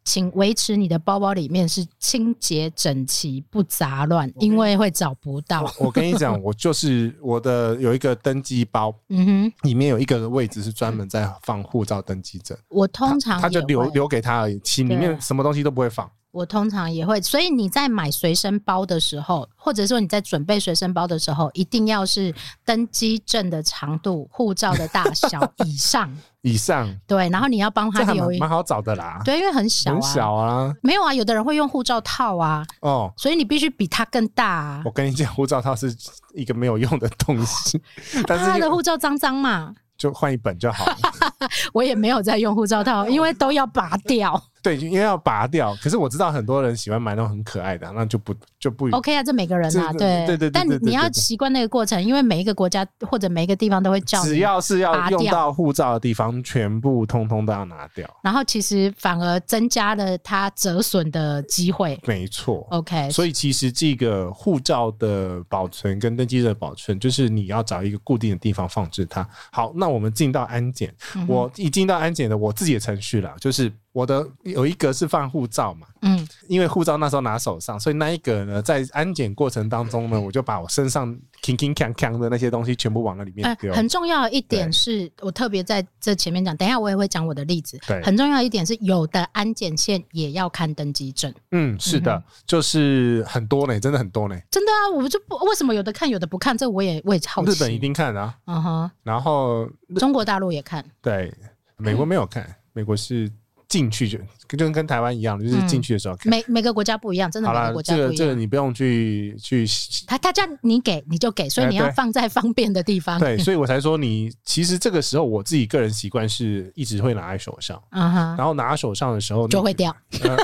请维持你的包包里面是清洁整齐，不杂乱，因为会找不到。 我跟你讲，我就是我的有一个登机包，嗯哼，里面有一个位置是专门在放护照登机证，我通常他就也留会留给他而已，其里面对什么东西都不会放。我通常也会，所以你在买随身包的时候，或者说你在准备随身包的时候，一定要是登机证的长度、护照的大 小以上，以上对，然后你要帮这他还留蛮一，蛮好找的啦，对，因为很小啊，很小啊。没有啊，有的人会用护照套啊，哦，所以你必须比他更大啊我，跟你讲，护照套是一个没有用的东 西，但怕他是的就护照脏脏嘛，就换一本就 好了。我也没有在用护照 套，因为都要拔掉。对，因为要拔掉。可是我知道很多人喜欢买那种很可爱的，那就不就不 OK 啊，这每个人啊，这对对对对但对对你要对对习惯那个过程，因为每一个国家或者每一个地方都会叫你只要是要拔用掉到护照的地方，全部通通都要拿掉。然后其实反而增加了它折损的机会。没错。 OK，所以其实这个护照的保存跟登记证的保存，就是你要找一个固定的地方放置它。好，那我们进到安检，嗯哼我一进到安检的我自己的程序了，就是我的有一格是放护照嘛，嗯，因为护照那时候拿手上，所以那一格呢，在安检过程当中嗯呢，我就把我身上 king king 锵锵的那些东西全部往那里面呃丢。很重要的一点对是我特别在这前面讲，等一下我也会讲我的例子对。很重要一点是，有的安检线也要看登机证，嗯，是的，就是很多呢，真的很多呢。真的啊，我就不为什么有的看有的不看，这我也我也好奇。日本一，定看啊，嗯哼，然后中国大陆也看，对，美嗯国没有看，美国是进去就就跟跟台湾一样，就是嗯进去的时候看。每每个国家不一样，真的好每啦个，国家这不个一这个样。你不用去去，他他叫你给你就给，所以哎你要对放在方便的地方。对，所以我才说你其实这个时候我自己个人习惯是一直会拿在手上， 嗯哼，然后拿在手上的时候那就会个。掉。 呃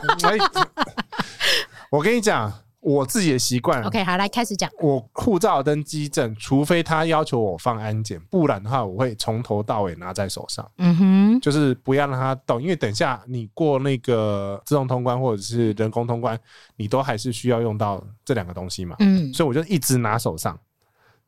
哎我跟你讲，我自己的习惯 OK，好，来开始讲。我护照登机证，除非他要求我放安检，不然的话我会从头到尾拿在手上。嗯哼，就是不要让它动，因为等一下你过那个自动通关或者是人工通关，你都还是需要用到这两个东西嘛。嗯，所以我就一直拿手上，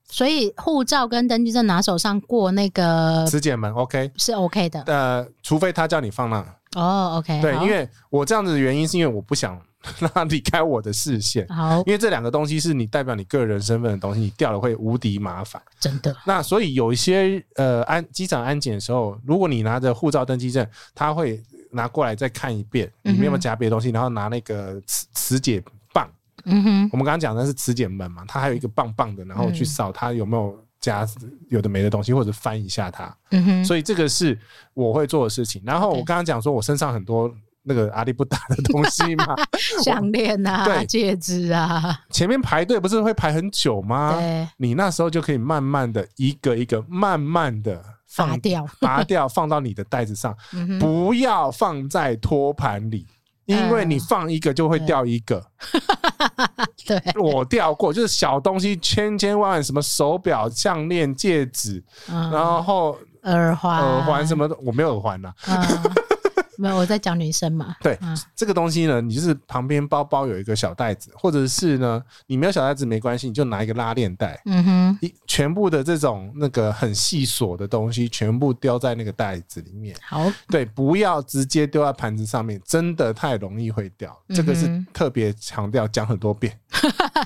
所以护照跟登记证拿手上过那个质检门 OK，是 OK 的呃，除非他叫你放那，哦，OK，对，好因为我这样子的原因是因为我不想让它离开我的视线，好因为这两个东西是你代表你个人身份的东西，你掉了会无敌麻烦。真的那所以有一些呃安机场安检的时候，如果你拿着护照登记证，他会拿过来再看一遍里面有没有夹别的东西，然后拿那个磁磁检棒，嗯哼，我们刚刚讲的是磁检门嘛，它还有一个棒棒的，然后嗯去扫它有没有夹有的没的东西，或者翻一下它。嗯哼，所以这个是我会做的事情。然后我 OK 刚刚讲说我身上很多那个阿里不达的东西 嘛，项链啊，对戒指啊，前面排队不是会排很久吗？对，你那时候就可以慢慢的一个一个慢慢的拔放掉， 拔掉，放到你的袋子上，嗯哼，不要放在托盘里，因为你放一个就会掉一个。嗯 对，我掉过，就是小东西，千千万万，什么手表、项链、戒指，嗯，然后耳环，耳环什么的，我没有耳环呐、嗯， 没有，我在讲女生嘛，对嗯，这个东西呢，你就是旁边包包有一个小袋子，或者是呢，你没有小袋子没关系，你就拿一个拉链袋。嗯哼，一全部的这种那个很细琐的东西，全部丢在那个袋子里面。好，对，不要直接丢在盘子上面，真的太容易会掉。这个嗯是特别强调讲很 多遍，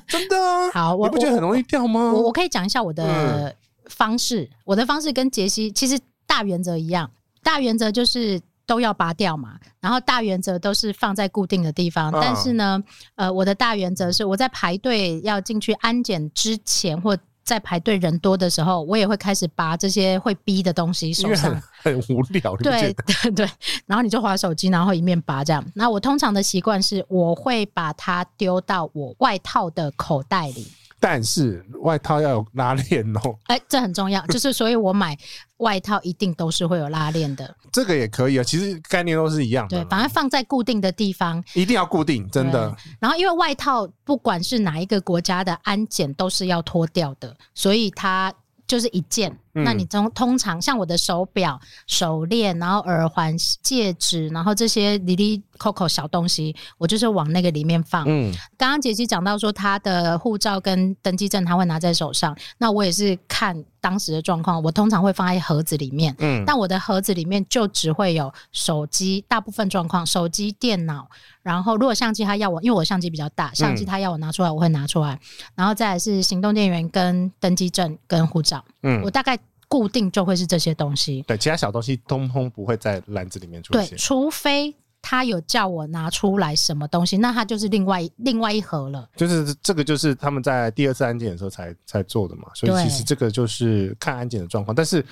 真的啊。好我你不觉得很容易掉吗？我我可以讲一下我嗯的方式，我的方式跟杰西其实大原则一样，大原则就是都要拔掉嘛，然后大原则都是放在固定的地方，嗯但是呢，呃，我的大原则是我在排队要进去安检之前或。在排队人多的时候，我也会开始拔这些会逼的东西因手 为上很，很无聊，你不觉对得？对对，然后你就划手机，然后一面拔这样。那我通常的习惯是，我会把它丢到我外套的口袋里，但是外套要有拉链哦，哎、这很重要，就是所以我买外套一定都是会有拉链的，这个也可以啊。其实概念都是一样的对，啦，把它放在固定的地方。一定要固定，真的。然后因为外套不管是哪一个国家的安检都是要脱掉的，所以它。就是一件，嗯那你通通常像我的手表、手链，然后耳环、戒指，然后这些里里扣扣小东西，我就是往那个里面放。嗯，刚刚杰西讲到说他的护照跟登记证他会拿在手上，那我也是看当时的状况，我通常会放在盒子里面。嗯但我的盒子里面就只会有手机，大部分状况手机、电脑，然后如果相机他要我，因为我相机比较大，嗯相机他要我拿出来，我会拿出来，然后再来是行动电源、跟登记证、跟护照，嗯我大概固定就会是这些东西，对，其他小东西通通不会在篮子里面出对，现。除非。他有叫我拿出来什么东西，那他就是另外一另外一盒了。就是这个，就是他们在第二次安检的时候才才做的嘛，所以对其实这个就是看安检的状况，但是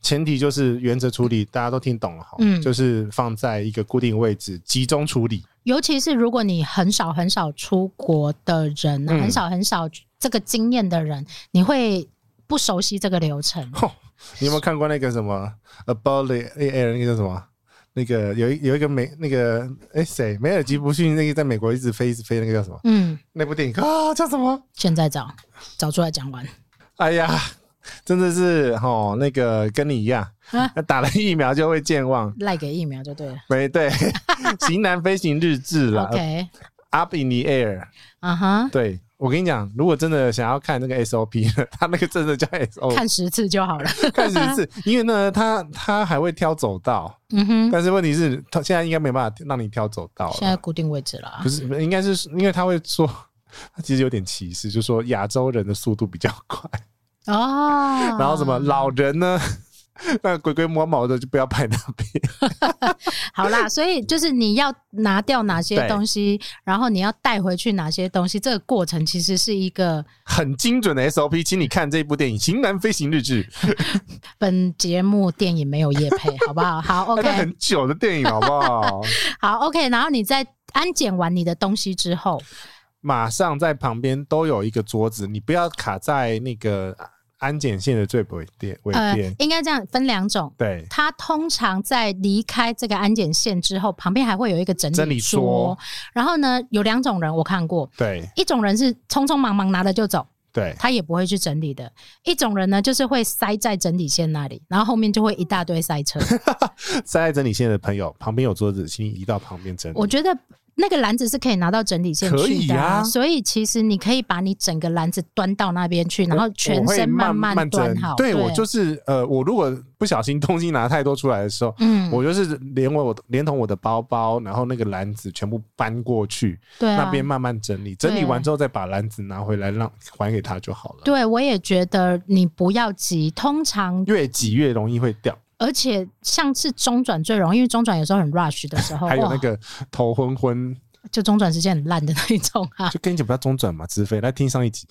前提就是原则处理，大家都听懂了哈，嗯就是放在一个固定位置集中处理，尤其是如果你很少很少出国的人、啊，嗯很少很少这个经验的人，你会不熟悉这个流程。你有没有看过那个什么 About the Air 那个叫什么？那个有一有一个美那个哎谁梅尔吉布逊那个在美国一直飞一直飞那个叫什么？嗯，那部电影啊叫什么？现在找找出来讲完，哎呀，真的是哦，那个跟你一样啊，打了疫苗就会健忘。赖给疫苗就对了。没对， 型男飞行日志啦 OK， ，Up in the Air。啊哈，对我跟你讲，如果真的想要看那个 SOP，他 那个真的叫 SOP，看十次就好了。看十次，因为呢，他他还会挑走道。 嗯哼，但是问题是，他现在应该没办法让你挑走道现在了。固定位置了啊不。是，应该是因为他会说， 他其实有点歧视，就说亚洲人的速度比较快，哦，然后什么老人呢， 那鬼鬼毛毛的就不要排那边。 好啦，所以就是你要拿掉哪些对东西，然后你要带回去哪些东西，这个过程其实是一个很精准的 SOP，请你看这部电影《型男飞行日志》本节目电影没有业配，好不 好？好那，OK，很久的电影，好不好？好，OK，然后你在安检完你的东西之后，马上在旁边都有一个桌子，你不要卡在那个安检线的最尾边尾呃边。，应该这样分两种。对，它通常在离开这个安检线之后，旁边还会有一个整整理理桌。桌然后呢，有两种人我看过，对，一种人是匆匆忙忙拿了就走，对，他也不会去整理的；一种人呢，就是会塞在整理线那里，然后后面就会一大堆塞 车。塞在整理线的朋友，旁边有桌子，请你移到旁边整理。我觉得那个篮子是可以拿到整理线可去以的、啊所以其实你可以把你整个篮子端到那边去，然后全我会身慢慢端整好。对我就是呃，我如果不小心东西拿太多出来的时候，嗯，我就是连我连同我的包包，然后那个篮子全部搬过去，对啊那边慢慢整理，整理完之后再把篮子拿回来让还给他就好了。对，我也觉得你不要急。通常，越挤越容易会掉，而且像是中转最容易，因为中转有时候很 rush 的时候， 还有哦哇那个头昏昏，就中转时间很烂的那一种 啊。就跟你讲不要中转嘛，直飞来听上一集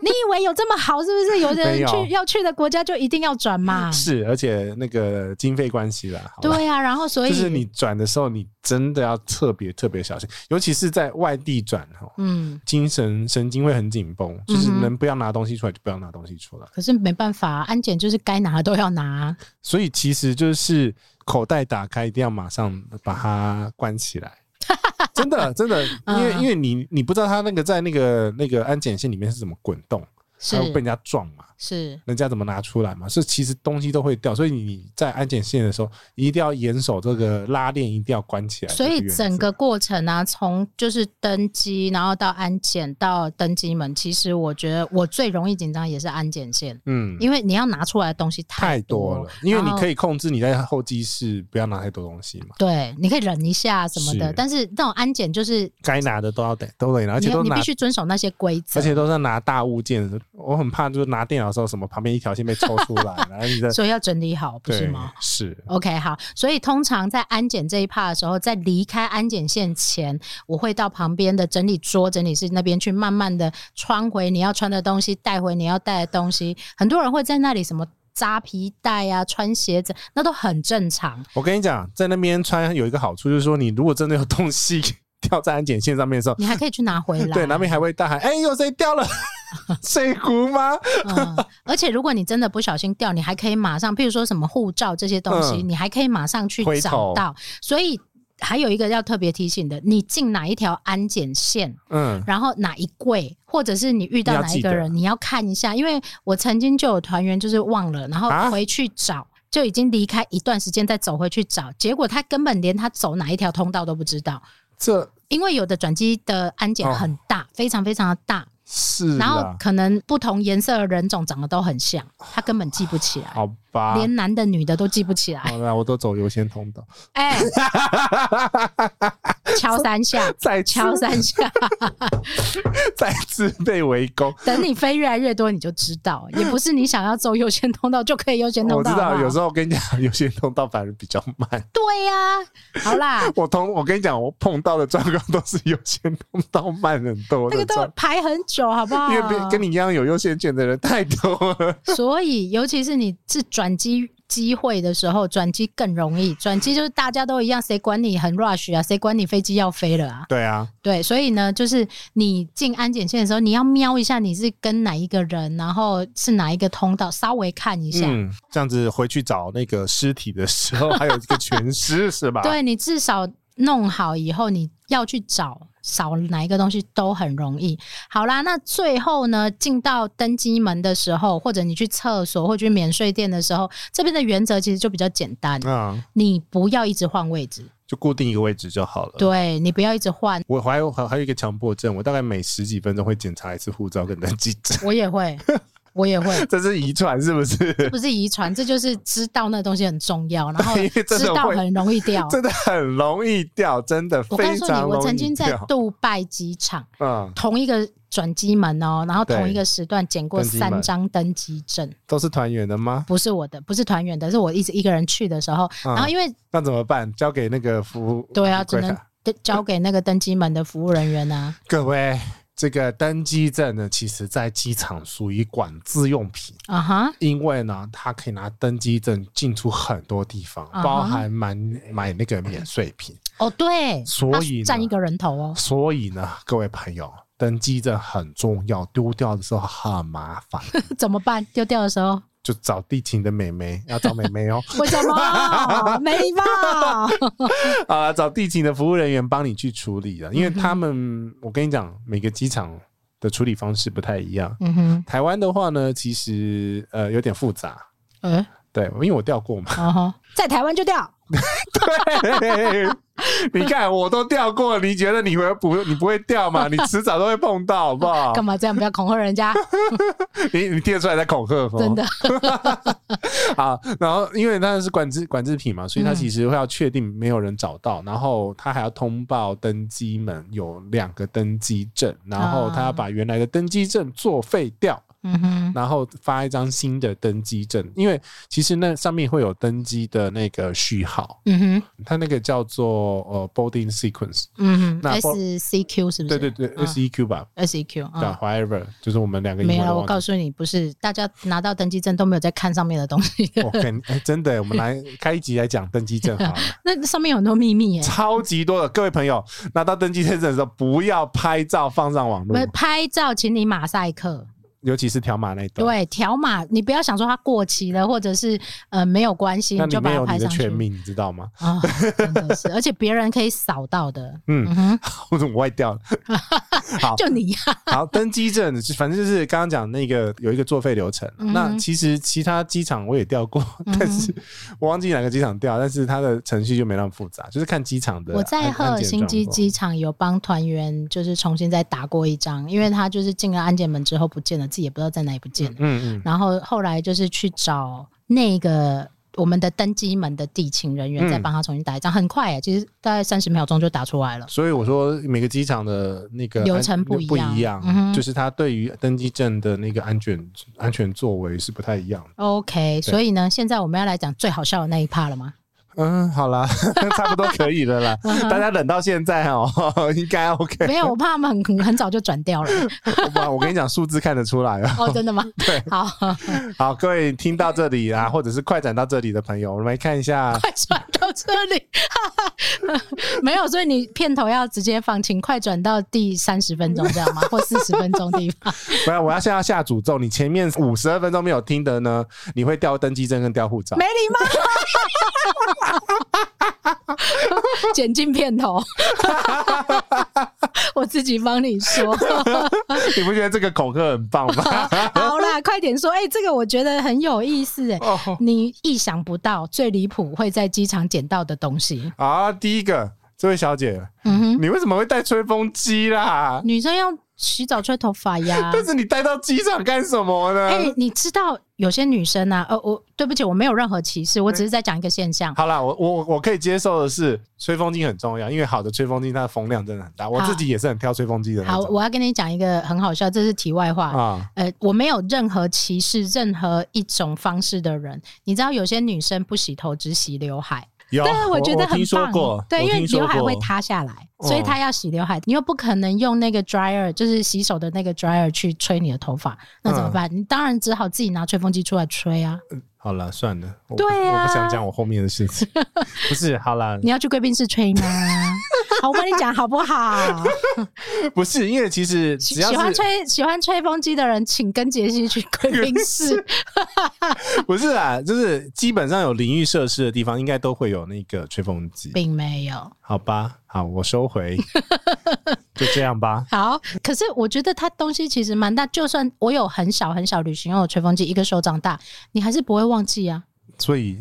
你以为有这么好？是不是有的人没有去要去的国家就一定要转嘛？ 是，而且那个经费关系啦，好吧啊对啊，然后所以就是你转的时候，你真的要特别特别小心，尤其是在外地转哦，嗯，精神神经会很紧绷，就是嗯哼能不要拿东西出来就不要拿东西出来。可是没办法、安检就是该拿的都要拿啊。所以其实就是口袋打开一定要马上把它关起 来。真的，真的，因为嗯因为你你不知道它那个在那个那个安检线里面是怎么滚动，是还有被人家撞嘛，是，人家怎么拿出来嘛，所以其实东西都会掉，所以你在安检线的时候一定要严守这个拉链，一定要关起来这所个以原则。整个过程啊，从就是登机，然后到安检，到登机门，其实我觉得我最容易紧张也是安检线。嗯因为你要拿出来的东西太多多了，因为你可以以控制你在后机室不要拿太多东西嘛，对，你可以忍一下什么的，是但是那种安检就是该拿的都要得都得拿，而且你都你拿必须遵守那些规则而，且都是拿大物件，我很怕就是拿电脑的时候，什么旁边一条线被抽出来， 然后你的所以要整理好，不是对吗？哦是 OK，好，所以通常在安检这一趴的时候，在离开安检线前，我会到旁边的整理桌、整理室那边去，慢慢的穿回你要穿的东西，带回你要带的东西。很多人会在那里什么扎皮带啊、穿鞋子，那都很正常。我跟你讲，在那边穿有一个好处，就是说你如果真的有东西掉在安检线上面的时候，你还可以去拿回来，对，那边还会大喊：“哎、有谁掉了？”水壶吗？嗯，而且如果你真的不小心掉，你还可以马上，譬如说什么护照这些东西，嗯你还可以马上去回找头到。所以还有一个要特别提醒的，你进哪一条安检线，嗯，然后哪一柜，或者是你遇到你要哪记一个得人，你要看一下，因为我曾经就有团员就是忘了，然后啊回去找。就已经离开一段时间，再走回去找，结果他根本连他走哪一条通道都不知道，这因为有的转机的安检哦很大，非常非常的大，是然后啦，可能不同颜色的人种长得都很像，他根本记不起来，好吧，连男的女的都记不起来。 好啦，我都走优先通道，哎，敲三下，再次敲三下， 再次被围攻。等你飞越来越多，你就知 道，也不是你想要走优先通道就可以优先我通知道好不好。道，有时候我跟你讲，优先通道反而比较慢。，对呀、好啦 我通，我跟你讲，我碰到的状况都是优先通道慢很多那的个啊状都排很久，好不好？因为别跟你一样有优先权的人太多了。所以，尤其是你是转机机会的时候，转机更容易。转机就是大家都一样，谁管你很 rush 啊？谁管你飞机要飞了啊？ 对啊，对，所以呢，就是你进安检线的时候，你要瞄一下你是跟哪一个人，然后是哪一个通道，稍微看一下。嗯，这样子回去找那个尸体的时候，还有一个全尸是 吧？对你至少弄好以后，你要去找少哪一个东西都很容易。好啦，那最后呢，进到登机门的时候，或者你去厕所或去免税店的时候，这边的原则其实就比较简单，嗯，你不要一直换位置，就固定一个位置就好了。对你不要一直换。我还有还还有一个强迫症，我大概每十几分钟会检查一次护照跟登记 证，我也会，我也会。这是遗传是 不是？不是遗传，这就是知道那东西很重要，然后因为真知的道会很容易掉。真的很容易掉，真的哦我告非诉你，常我容曾易经在掉。杜拜机场嗯，同一个转机门哦，然后对同一个时段捡过登机门三张登机证，都是团员的吗？不是我的，不是团员的，是我一直一个人去的时候，嗯 然后因为那怎么办？交给那个服务对啊，只柜能台交给那个登机门的服务人员啊。各位。这个登机证呢，其实在机场属于管制用品，啊哈，因为呢，它可以拿登机证进出很多地方，啊哈包含买买那个免税品。哦对，所他以呢占一个人头哦。 所以呢，各位朋友，登机证很重要，丢掉的时候很麻烦， 怎么办？丢掉的时候，就找地勤的美眉，要找美眉哦。为什 么没吧？啊、找地勤的服务人员帮你去处理了，因为他们，我跟你讲，每个机场的处理方式不太一样。嗯哼，台湾的话呢，其实呃有点复杂，嗯，对，因为我掉过 嘛。 哦吼，在台湾就掉。对，你看我都掉过，你觉得你会不你不会掉吗？你迟早都会碰到，好不好？干嘛这样？不要恐吓人家， 你你贴出来在恐吓，真的。啊，然后因为它是管制管制品嘛，嗯所以它其实会要确定没有人找到，然后它还要通报登机门有两个登机证，然后啊它要把原来的登机证作废掉，嗯哼，然后发一张新的登机证，因为其实那上面会有登机的那个序号，嗯哼，它那个叫做呃 boarding sequence，嗯哼那不，S C Q 是不对是？对对嗯，S E Q 吧。 ，S C Q 对啊。 ，however，就是我们两个英没文有，啊都我告忘记。诉你，不是大家拿到登记证都没有在看上面的东西， 我跟哎，真的，我们来开一集来讲登机证好了。那上面有很多秘密耶。 超级多的。各位朋友，拿到登记签证的时候，不要拍照放上网不络是，拍照，请你马赛克。尤其是条码那一段。对，条码，你不要想说它过期了，或者是呃没有关系，那你里就把面它有拍你的上去全。名，你知道吗？ 啊，真的是，而且别人可以扫到的。嗯啊嗯哼，我怎么歪掉了？好就你好，登机证， 反正就是刚刚讲那个有一个作废流程。嗯那其实其他机场我也调过，但是我忘记哪个机场调，但是它的程序就没那么复杂，就是看机场的安。我在赫尔辛基安检状况机场有帮团员，就是重新再打过一张，因为他就是进了安检门之后不见了，自己也不知道在哪里不见了。嗯嗯，然后后来就是去找那个我们的登机门的地勤人员，嗯再帮他重新打一张，很快、欸，其实大概三十秒钟就打出来了。所以我说每个机场的那个流程安不一不样一样，嗯哼就是它对于登机证的那个安全安全作为是不太一样的。 OK，所以呢，现在我们要来讲最好笑的那一趴了吗？嗯，好啦， 差不多可以了啦。 嗯大家忍到现在哦， 应该 OK 没有，我怕他们很很早就转掉了。吧？我跟你讲，数字看得出来哦。哦，真的吗？对，好， 好，各位听到这里啊，或者是快转到这里的朋友，我们来看一下 快转到这里， 没有，所以你片头要直接放，请快转到第三十分钟，这样吗？或四十分钟地方？不然我要现在下诅咒，你前面五十二分钟没有听的呢，你会掉登记证跟掉护照没。礼貌， 剪进片头， 我自己帮你 说。你不觉得这个恐吓很棒 吗？好啦，快点说，哎、这个我觉得很有意思、哎、 你意想不到最离谱会在机场捡到的东西。啊，第一个，这位小姐，嗯啊哼，你为什么会带吹风机啦？女生要洗澡吹头发 呀。但是你带到机场干什么呢？哎、你知道有些女生啊，呃，我对不起，我没有任何歧视，我只是在讲一个现象。好啦，我我我可以接受的是，吹风机很重要，因为好的吹风机它的风量真的很大。我自己也是很挑吹风机的那好，种我要跟你讲一个很好笑，这是题外话。啊。呃，我没有任何歧视任何一种方式的人。你知道有些女生不洗头只洗刘海，有，啊但是我觉得我很听说棒哦过，，对，我因为听说刘海会过哦塌下来，所以她要洗刘海，你又不可能用那个 dryer，就是洗手的那个 dryer 去吹你的头发，那怎么嗯呃办？你当然只好自己拿吹风机出来吹啊。好了，算了，我对我不啊想讲我后 面的事情。不是，好啦，你要去贵宾室吹 吗？好，我跟你讲好不好？不是，因为其实喜只要喜欢是吹喜欢吹风机的人，请跟杰西去贵宾室。 不是啦，就是基本上有淋浴设施的地方，应该都会有那个吹风机，并没有好吧？好，我 收回，就这样吧。好，可是我觉得它东西其实蛮大，就算我有很小很小旅行用的吹风机，一个手掌大，你还是不会忘记啊。所以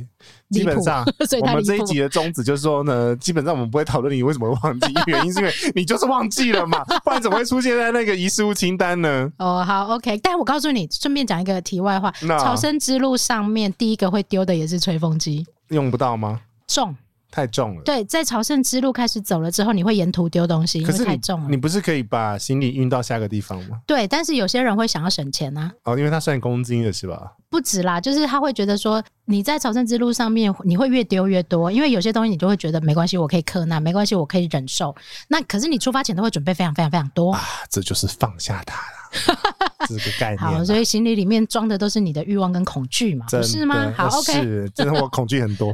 离基谱本上 所以，我他们这离一谱集的宗旨就是说呢，基本上我们不会讨论你为什么会忘记，原因是因为你就是忘记了嘛，不然怎么会出现在那个遗失物清单呢？哦，好，OK。但我告诉你，顺便讲一个题外话，那朝圣之路上面第一个会丢的也是吹风机，用不到吗？重。太重了。对，在朝圣之路开始走了之后，你会沿途丢东西，因可为是太你重你了。不是可以把行李运到下个地方吗？对，但是有些人会想要省钱啊，哦，因为它算公斤的是吧？不止啦，就是他会觉得说你在朝圣之路上面你会越丢越多，因为有些东西你就会觉得没关系，我可以克难，没关系，我可以忍受。那可是你出发前都会准备非常非常非常多。啊，这就是放下它啦， 这个概念好，啦。所以行李里面装的都是你的欲望跟恐惧嘛，真不的是吗？好呃，OK，是，真的我恐惧很多。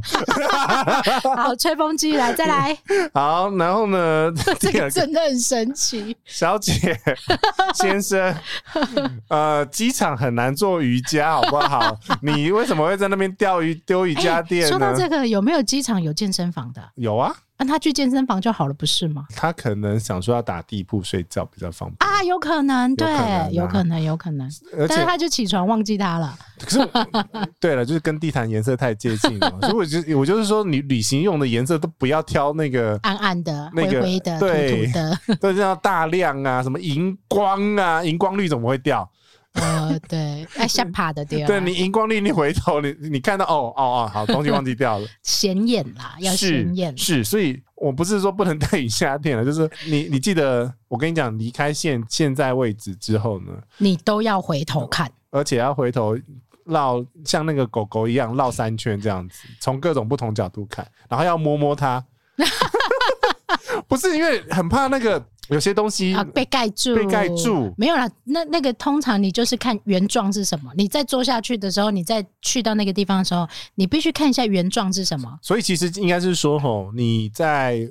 好，吹风机来，再 来，好，然后呢， 这第个二真的很神奇。小姐、先生，呃，机场很难做瑜伽，好不 好？你为什么会在那边钓鱼丢瑜哎伽垫说呢？到这个，有没有机场有健身房的？有啊，那、他去健身房就好了，不是吗？他可能想说要打地铺睡觉比较方便，啊，有可能，对可能啊，有可能，有可能。而但是且他就起床忘记他了。可是我对了，就是跟地毯颜色太接近 了，所以我就我就是说，你旅行用的颜色都不要挑 那个，暗暗的、那灰个灰的、土对土 的，都是要大亮啊，什么荧光啊，荧光绿怎么会掉？呃，对，哎，吓怕的对啊，对你荧光绿，你回头你你看到哦哦哦，好东西忘记掉了。显眼啦，要显眼。是，是，所以我不是说不能带雨下店了，就是你你记得，我跟你讲，离开现现在位置之后呢，你都要回头看。而且要回头绕，像那个狗狗一样绕三圈这样子，从各种不同角度看，然后要摸 摸它，不是因为很怕那个有些东西啊，被盖住，被盖住没有啦。那那个通常你就是看原状是什么。你在坐下去的时候，你再去到那个地方的时候，你必须看一下原状是什么。所以其实应该是说，吼，你在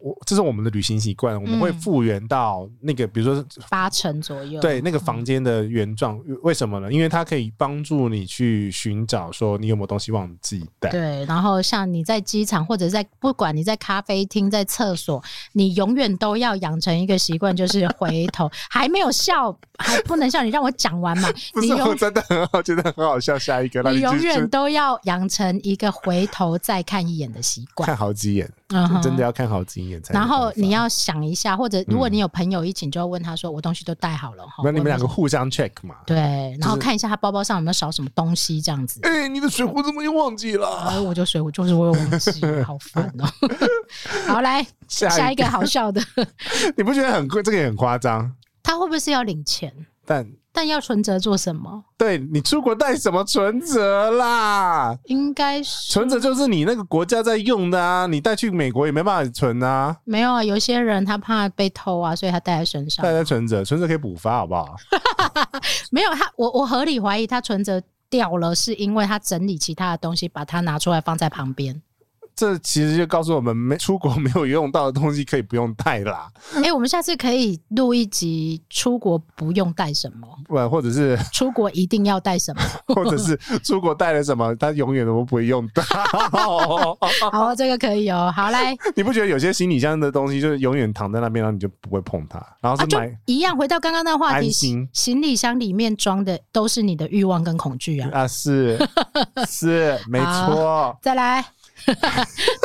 我这是我们的旅行习惯，我们会嗯复原到那个，比如说八成左右，对，那个房间的原状，为什么呢？因为它可以帮助你去寻找说你有没有东西忘记带。对。然后像你在机场或者在不管你在咖啡厅、在厕所，你永远都要养成一个习惯，就是回头。 还没有笑，还不能笑，你让我讲完嘛。 不你是，我永真的很好，觉得很好笑。下一个，让你继永续远都要养成一个回头再看一眼的习惯，看好几眼，嗯哼 真的要看好几眼才有然办法。后你要想一下，或者如果你有朋友一起，你就要问他说：“我东西都带好了哈。”嗯那你们两个我互相 check 嘛？对，然后看一下他包包上有没有少什么东西，这样 子。哎、你的水壶怎么又忘记了？然后我就水我就是我有忘记，好烦 哦。好，来下一个下一个好笑的，你不觉得很贵？这个也很夸张， 他会不会是要领钱？但但要存折做什么？对你出国带什么存折啦？应该是存折就是你那个国家在用的啊，你带去美国也没办法存啊。没有啊。有些人他怕被偷啊，所以他带在身上带。在存折，存折可以补发，好不好？没有他，我我合理怀疑他存折掉了，是因为他整理其他的东西，把它拿出来放在旁边。这其实就告诉我们，没出国没有用到的东西可以不用带啦， 哎、我们下次可以录一集出国不用带什么，不或者是 出国一定要带什么。或者是出国带了什么，他永远都不会用到。好，这个可以哦。好来， 你不觉得有些行李箱的东西就是永远躺在那边，然后你就不会碰它，然后啊，是就买一样，回到刚刚那话题，安心行李箱里面装的都是你的欲望跟恐惧啊。啊是 是没错。再来，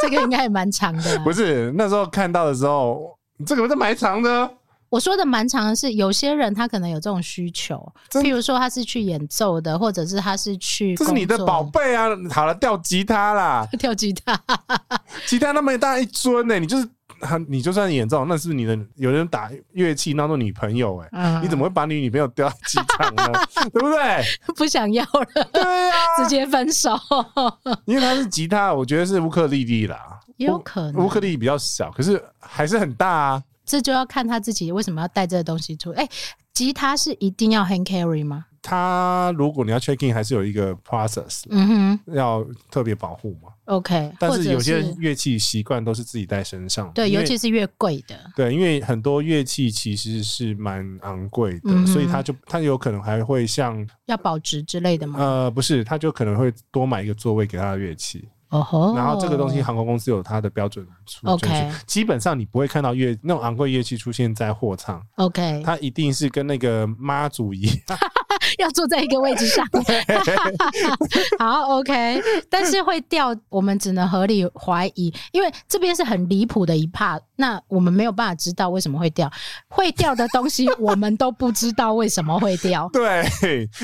这个应该也蛮长的啊。不是那时候看到的时候，这个在埋藏的，哦我说的蛮长的是，有些人他可能有这种需求，真譬如说他是去演奏的，或者是他是去这是你的工作宝贝啊！好了，掉吉他啦，跳吉他，吉他那么大一尊呢、你就是啊你就算演奏，那是不是你的有人打乐器当做女朋友哎、嗯你怎么会把你女朋友丢到机场呢？对不对？不想要了？对呀、直接分手，因为它是吉他，我觉得是乌克丽丽啦，也有可能乌克丽丽比较小，可是还是很大啊。这就要看他自己为什么要带这个东西出。哎、吉他是一定要 hand carry 吗？它如果你要 check in，还是有一个 process 嗯哼要特别保护嘛。 ，OK。但或者是有些是乐器习惯都是自己带身上，对，因尤为其是越贵的，对，因为很多乐器其实是蛮昂贵的，嗯哼所以它就它有可能还会像要保值之类的嘛。呃，不是，他就可能会多买一个座位给他的乐器，哦吼，然后这个东西航空公司有它的标准出 OK 准许基本上你不会看到乐那种昂贵乐器出现在货舱， OK 它一定是跟那个妈祖一样，要坐在一个位置上。好，OK，但是会掉，我们只能合理怀疑，因为这边是很离谱的一 part，那我们没有办法知道为什么会掉，会掉的东西我们都不知道为什么会掉。 对，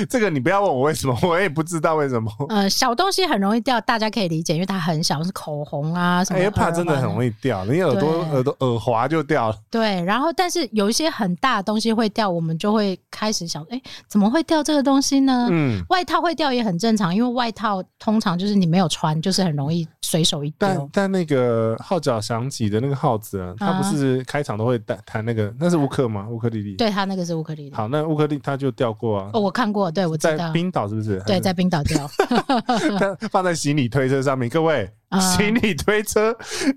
这个你不要问我为什么，我也不知道为什么。呃，小东西很容易掉，大家可以理解，因为它很小，是口红啊什么、哎，怕真的很容易。易掉，你耳朵对耳朵耳滑就掉了。对，然后但是有一些很大的东西会掉，我们就会开始想，哎、怎么会掉这个东西呢？嗯，外套会掉也很正常，因为外套通常就是你没有穿，就是很容易随手一但丢。但那个号角响起的那个号子哦啊，它不是开场都会弹弹那个，那是乌克吗？乌克丽丽。对他那个是乌克丽丽，好，那乌克丽它就掉过啊哦，，我看过，对我知在道，冰岛嗯是不是？还对， 是在冰岛掉但放在行李推车上面，各位，啊行李推车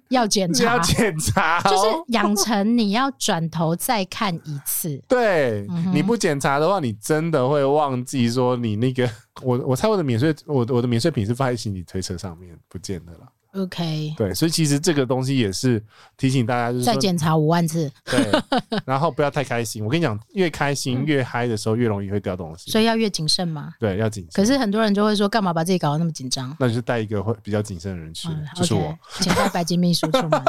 要检是要查，检查哦，就是 养成你要转头再看一次。对嗯，哼你不检查的话，你真的会忘记说你那个， 我我猜我的免税，我我的免税品是放在行李推车上面不见的了。嗯 OK，对，所以其实这个东西也是提醒大家，就是再说检查五万次， 对，然后不要太开心。我跟你讲，越开心越嗨的时候，越容易会掉东嗯西所。以要越谨慎嘛。对，要谨慎。可是很多人就会说，干嘛把自己搞得那么紧张？那你就带一个会比较谨慎的人去嗯，就是我 OK，。请 带白金秘书出 门，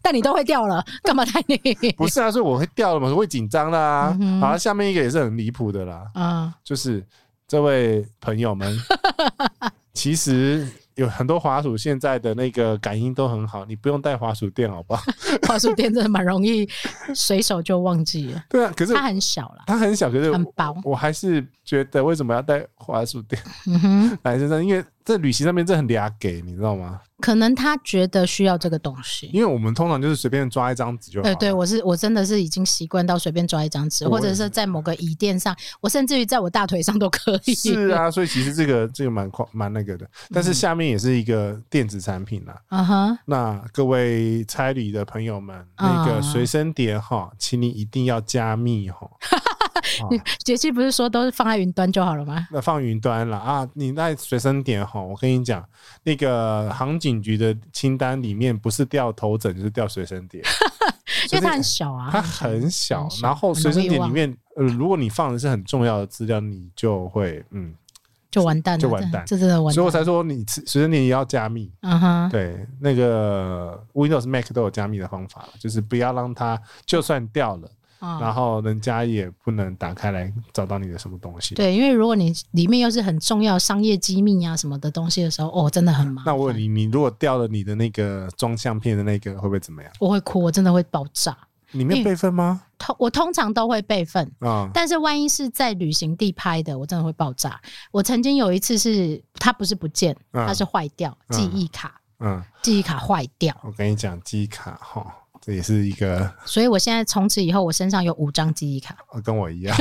但你都会掉了，干嘛带你？不是啊，所以我会掉了嘛，我会紧张啦嗯。哼好，下面一个也是很离谱的啦，嗯，就是这位朋友 们，其实有很多滑鼠现在的那个感应都很好，你不用带滑鼠垫，好 不好？话术店真的蛮容易随手就忘记了，对啊，可是它很小啦，它很小，可是很我薄。我还是觉得为什么要带滑鼠垫嗯哼。来身上？因为在旅行上面这很俩给，你知道吗？可能他觉得需要这个东西。因为我们通常就是随便抓一张纸就好对了。对，我是我真的是已经习惯到随便抓一张纸，啊我或也者是在某个椅垫上，我甚至于在我大腿上都可以。是，啊，所以其实这个这个蛮夸蛮那个的，但是下面也是一个电子产品啊啦， 嗯哼，那各位差旅的朋友们，那嗯个随身碟哈，请你一定要加密哈。啊杰西不是说都是放在云端就好了吗？那放云端了啊！你那随身碟哈，我跟你讲，那个航警局的清单里面不是掉头枕就是掉随身碟， 因为它很小小啊，它很小很，小然后随身碟很容易里面，呃，如果你放的是很重要的资料，你就会嗯，就完蛋了，就完蛋这这真的完所以我蛋。才说你随身碟也要加密。嗯哼，对，那个 Windows、Mac 都有加密的方法，就是不要让它就算掉了，然嗯，后人家也不能打开来找到你的什么东西。，对，因为如果你里面又是很重要商业机密啊什么的东西的时候，哦，真的很麻烦。那我问你，你如果掉了你的那个装相片的那个，会不会怎么样？我会哭，我真的会爆炸。里面备份吗？通我通常都会备份，啊、但是万一是在旅行地拍的，我真的会爆炸。我曾经有一次是它不是不见，嗯它是坏掉，嗯记忆卡，嗯，记忆卡坏掉，我跟你讲，记忆卡哈，这也是一个所以我现在从此以后我身上有五张记忆卡，呃跟我一 样，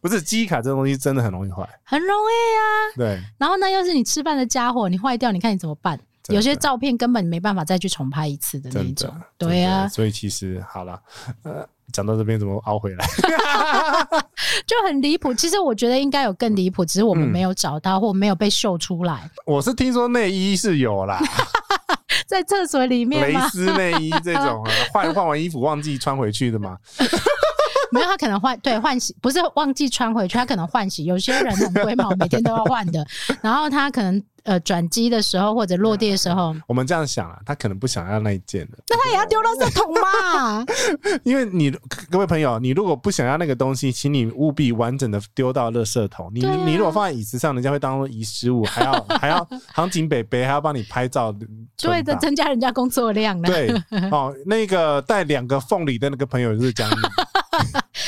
不是记忆卡这东西真的很容易坏。很容易啊。对，然后呢，又是你吃饭的家伙，你坏掉，你看你怎么办？真的有些照片根本没办法再去重拍一次的那一真种的。，对真的啊，所以其实好了，呃，讲到这边怎么凹回来？ 就很离谱。其实我觉得应该有更离谱，只是我嗯们没有找到或没有被秀出 来，我是听说内衣是有啦，在厕所里 面蕾吗？丝内衣这种啊，换换完衣服忘记穿回去的嘛，没有，他可能换对换洗，不是忘记穿回去，他可能换洗。有些人很龟毛，每天都要换的。然后他可能呃转机的时候或者落地的时 候，我们这样想啊，他可能不想要那一件的， 那他也要丢垃圾桶吧？因为你各位朋友，你如果不想要那个东西，请你务必完整的丢到垃圾桶。你、对啊你如果放在椅子上，人家会当做遗 失物，还要还要航警北北还要帮你拍照对存的，档。增加人家工作量呢。对，哦，那个带两个凤梨的那个朋友就是讲 你，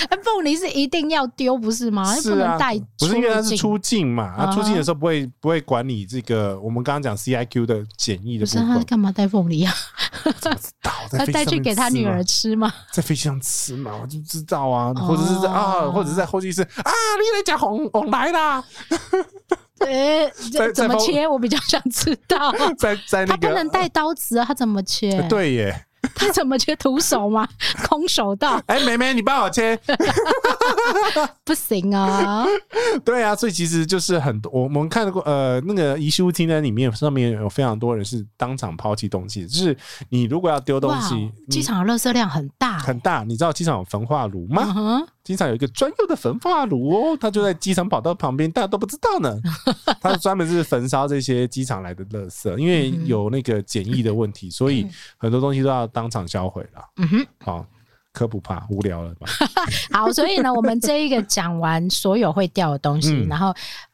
哎凤梨是一定要丢，不是吗？是不能啊带，不是因为他是境出境嘛，他、啊哈出境的时候不会不会管你这个我们刚刚讲 CIQ 的检疫的不部是他分，干嘛带凤梨啊？倒在他飞机带上去面给他吃女嘛儿吃 吗？在飞机上吃嘛，我就知道啊，或者是在、啊，哦或者是在候机室啊，你来讲红红来啦， 呃，在这怎么在切？我比较想知道。在在他那个不能带刀子啊，他怎么切？呃对耶，他怎么切？徒手 吗？空手道哎、妹妹你帮 我切，不行啊。对啊，所以其实就是很多我们看过呃那个遗失物清单里面上面有非常多人是当场抛弃东西的，就是你如果要丢东哇西，哦，你机场的垃圾量很大、很大，你知道机场有焚化炉吗？嗯哼，机场有一个专用的焚化炉哦，它就在机场跑道旁边，大家都不知道 呢。它专门是焚烧这些机场来的垃圾，因嗯为有那个检疫的问 题，所以很多东西都要当场销毁了。嗯哼，好，科普怕无聊了 吧？好，所以呢，我们这一个讲完所有会掉的东西，嗯然后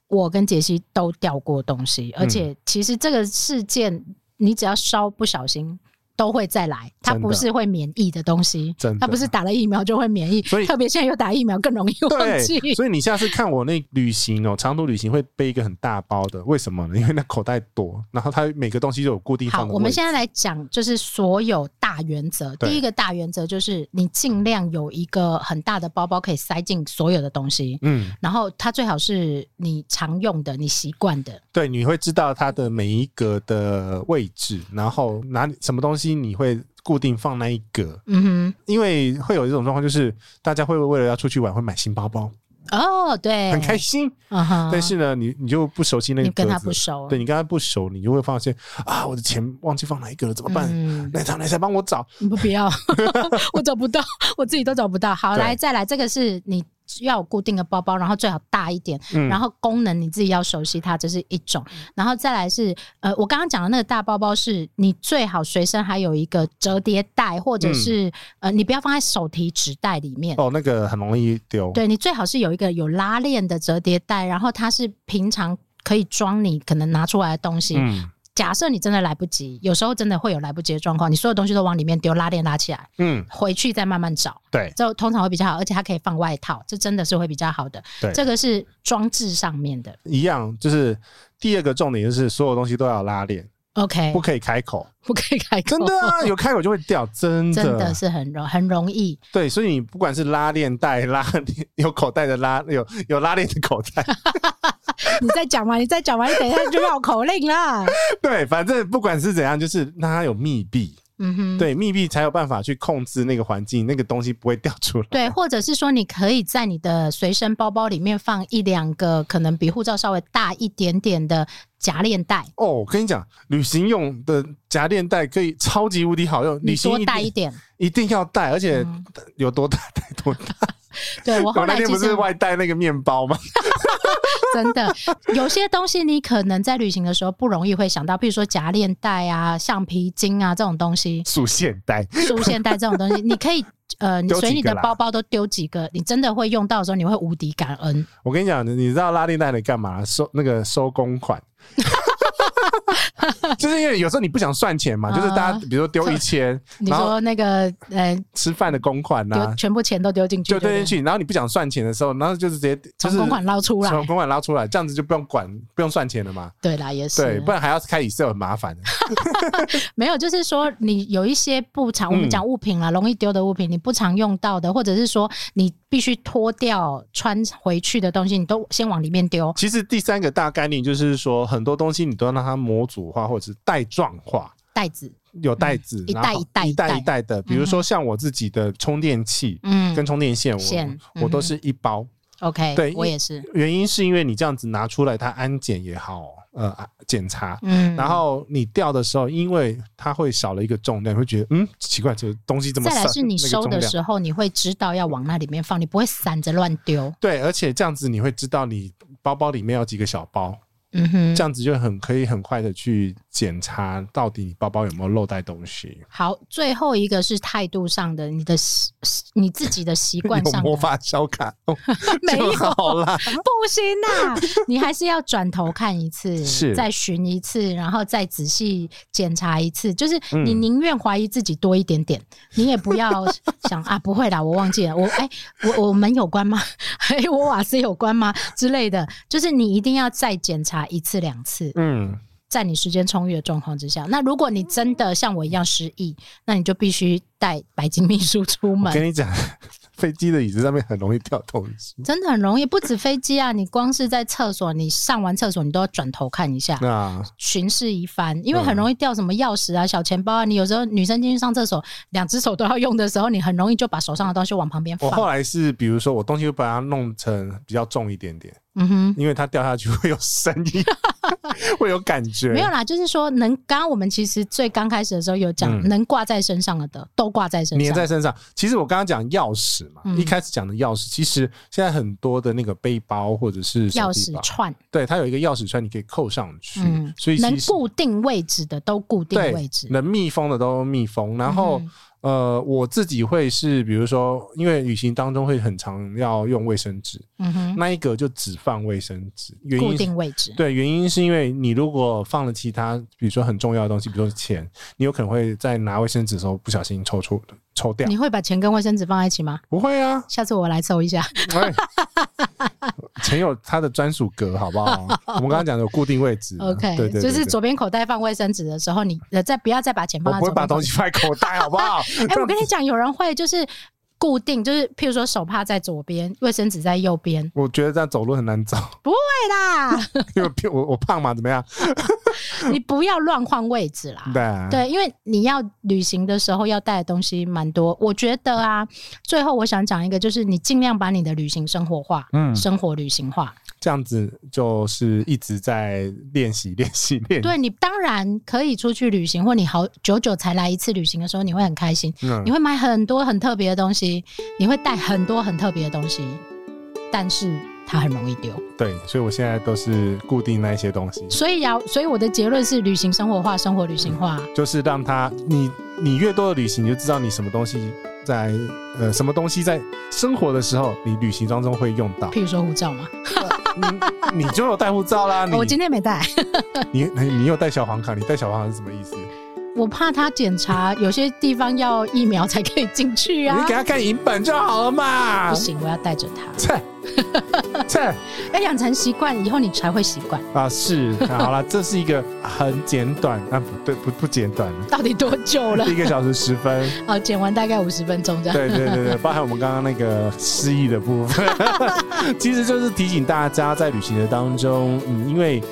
我跟杰西都掉过东西，而且其实这个事件，你只要稍不小心。都会再来，它真的不是会免疫的东西真的，它不是打了疫苗就会免疫，所以特别现在又打疫苗更容易忘记。对，所以你下次看我那旅行哦，长途旅行会背一个很大包的，为什么呢？因为那口袋多，然后它每个东西都有固定好，放的我位们置。现在来讲，就是所有大原则。对第一个大原则就是你尽量有一个很大的包包可以塞进所有的东西，嗯，然后它最好是你常用的、你习惯的。对，你会知道它的每一格的位置，然后哪里什么东西你会固定放那一格，嗯因为会有一种状况，就是大家会为了要出去玩，会买新包包，哼，哦，对，很开心。嗯哼，但是呢，你你就不熟悉那个你格跟子，他不熟，对你跟他不熟，你就会发现啊，我的钱忘记放哪一个了，怎么办？嗯，奶茶奶茶帮我找，你不必 要，我找不到，我自己都找不到。好，对来再来，这个是你。要有固定的包包，然后最好大一点，嗯然后功能你自己要熟悉它，这是一种。然后再来是，呃，我刚刚讲的那个大包包是，你最好随身还有一个折叠袋，或者是、呃，你不要放在手提纸袋里面。嗯哦，那个很容易丢，对你最好是有一个有拉链的折叠袋，然后它是平常可以装你可能拿出来的东西。嗯假设你真的来不及，有时候真的会有来不及的状况，你所有东西都往里面丢，拉链拉起来，嗯，回去再慢慢找，对这通常会比较好，而且它可以放外套，这真的是会比较好的。对这个是装置上面的。一样就是第二个重点就是所有东西都要有拉链， OK，不可以开口，不可以开口，真的 啊，有开口就会掉，真的真的是很容很容易。对，所以你不管是拉链带 拉链有口袋的拉有有拉链的口 袋，你再讲完，你再讲完，你等一下就绕口令啦。对，反正不管是怎样，就是让它有密闭， 嗯哼，对，密闭才有办法去控制那个环境，那个东西不会掉出来。对，或者是说你可以在你的随身包包里面放一两个可能比护照稍微大一点点的夹链带，哦，我跟你讲，旅行用的夹链带可以超级无敌好用，旅你行多一带定一点。一定要带，而且嗯有多大带多大。对我后我那来天其不实是外带那个面包吗？，真 的有些东西你可能在旅行的时候不容易会想到，譬如说夹链带啊、橡皮筋啊这种东西束线带，束线带这种东西， 你可以呃，你丢随几你个的啦包包都丢几个，你真的会用到的时候，你会无敌感恩。我跟你讲，你知道拉链带你干嘛？收那个收公款。 就是因为有时候你不想算钱嘛，就是大家啊比如说丢一千，你然后说那个呃，吃饭的公款呐、丢全部钱都丢进去对就不丢对，进去，然后你不想算钱的时候，然后就是直接就从是公款捞出来。从公款捞出来，这样子就不用管不用算钱了嘛。对啦，也是对，不然还要开 Excel 很麻烦。没有，就是说你有一些不常，我们嗯讲物品啦，容易丢的物品，你不常用到的，或者是说你必须脱掉穿回去的东西，你都先往里面丢。其实第三个大概念就是说，很多东西你都要让它模模组化或者是带状化，袋子，有袋子，嗯一然袋后一嗯袋一一袋袋一袋的。比如说像我自己的充电器嗯跟充电线，线我我都嗯哼是一包。 ，OK，对我因也是，原因是因为你这样子拿出来，它安检也好，呃，检查，嗯，然后你掉的时候，因为它会少了一个重量，你会觉得嗯奇怪，这个东西这么再来散是你那个收重的量时候，你会知道要往那里面放，你不会散着乱丢，对，而且这样子你会知道你包包里面有几个小包，嗯哼，这样子就很可以很快的去检查到底你包包有没有漏带东西。好，最后一个是态度上的，你的习你自己的习惯有上魔的， 法小卡通没有就好啦，不行啊，你还是要转头看一次，是再寻一次，然后再仔细检查一次。就是你嗯宁愿怀疑自己多一点点，你也不 要想啊，不会啦，我忘记了，我哎、我我门有关吗？ 哎、我瓦斯有关吗？之类的，就是你一定要再检查一次两次， 嗯，在你时间充裕的状况之下。那如果你真的像我一样失忆，那你就必须带白金秘书出我门。跟你讲， 飞机的椅子上面很容易掉东西。真的很容易，不止飞机啊！你光是在厕所，你上完厕所，你都要转头看一下，那嗯巡视一番，因为很容易掉什么钥匙啊、小钱包啊。你有时候女生进去上厕所，两只手都要用的时候，你很容易就把手上的东西往旁边我后放。来是，比如说我东西会把它弄成比较重一点点，嗯哼，因为它掉下去会有声 音，会有感觉。没有啦，就是说能，刚刚我们其实最刚开始的时候有讲，嗯能挂在身上的的都挂在身粘上。在身上。其实我刚刚讲钥匙嘛，嗯一开始讲的钥匙，其实现在很多的那个背包或者是手钥提匙包，串，对，它有一个钥匙圈，你可以扣上去，嗯，所以能其实固定位置的都固定对位置。能密封的都密封。然后、嗯呃，我自己会是，比如说，因为旅行当中会很常要用卫生纸，嗯哼，那一格就只放卫生纸，原固因定位置。对，原因是因为你如果放了其他，比如说很重要的东西，比如说钱，你有可能会在拿卫生纸的时候不小心抽出抽掉你。会把钱跟卫生纸放在一起吗？不会啊，下次我来搜一下。 哎，钱有它的专属格，好不好？我们刚刚讲的有固定位置嘛 OK，嗯对对对就是对左边口袋放卫生纸的时候，你呃再不要再把钱我放在不左会把边口东袋。西放在口袋，好不 好？哎、我跟你讲，有人会就是固定，就是譬如说手帕在左边，卫生纸在右边。我觉得这样走路很难走，对啦，因为我我胖嘛，怎么样？ 你不要乱换位置啦。对啊对，因为你要旅行的时候要带的东西蛮多，我觉得啊，最后我想讲一个，就是你尽量把你的旅行生活化，嗯生活旅行化。这样子就是一直在练习练习练习。对你当然可以出去旅行，或你好久久才来一次旅行的时候，你会很开心，嗯你会买很多很特别的东西，你会带很多很特别的东西，但是它很容易丢。对，所以我现在都是固定那一些东西，所以呀、所以我的结论是：旅行生活化，生活旅行化。就是让它你你越多的旅行，你就知道你什么东西在呃什么东西在生活的时候，你旅行当中会用 到。譬如说护照嘛，你你就有带护照啦，你哦我今天没带，你你你有带小黄卡？你带小黄卡是什么意思？我怕他检查，有些地方要疫苗才可以进去啊你。给他看银本就好了 嘛不。行，我要带着它，切切要养成习惯，以后你才会习惯。啊，是那好了，这是一个很简短啊，不对，不不简短， 到底多久了？一个小时十分。哦，剪完大概五十分钟这样。 对对对对，包含我们刚刚那个失忆的部分， 其实就是提醒大家在旅行的当中，嗯，因为。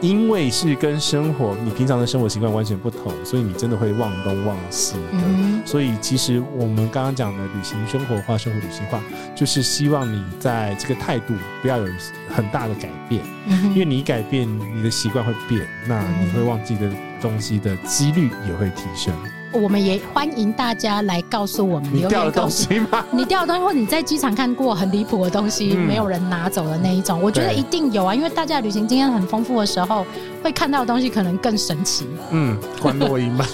因为是跟生活，你平常的生活习惯完全不同，所以你真的会忘东忘西的。嗯所以其实我们刚刚讲的旅行生活化、生活旅行化，就是希望你在这个态度不要有很大的改变，哼，嗯因为哼，你一改变，你的习惯会变，那你会忘记的东西的几率也会提升。我们也欢迎大家来告诉我们，你留掉了言告东诉西吗？你掉的东西，或你在机场看过很离谱的东西，嗯没有人拿走的那一种，我觉得对一定有啊，因为大家旅行经验很丰富的时候，会看到的东西可能更神奇。 嗯，关落音吧。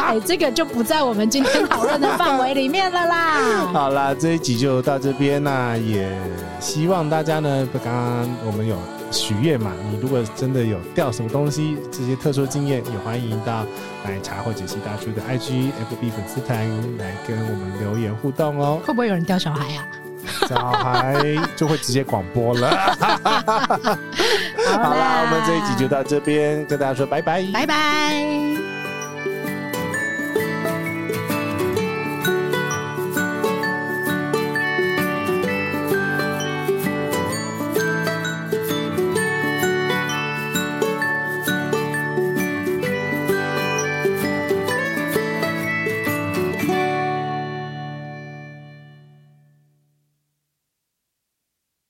哎，这个就不在我们今天讨论的范围里面了 啦。。好啦，这一集就到这边那也希望大家呢，刚刚我们有许愿嘛，你如果真的有掉什么东西，这些特殊经验，也欢迎到奶茶或解析大叔的 IG、FB 粉丝团来跟我们留言互动哦会不会有人掉小孩啊？小孩就会直接广播了。好好啦，啦，我们这一集就到这边，跟大家说拜拜，拜拜。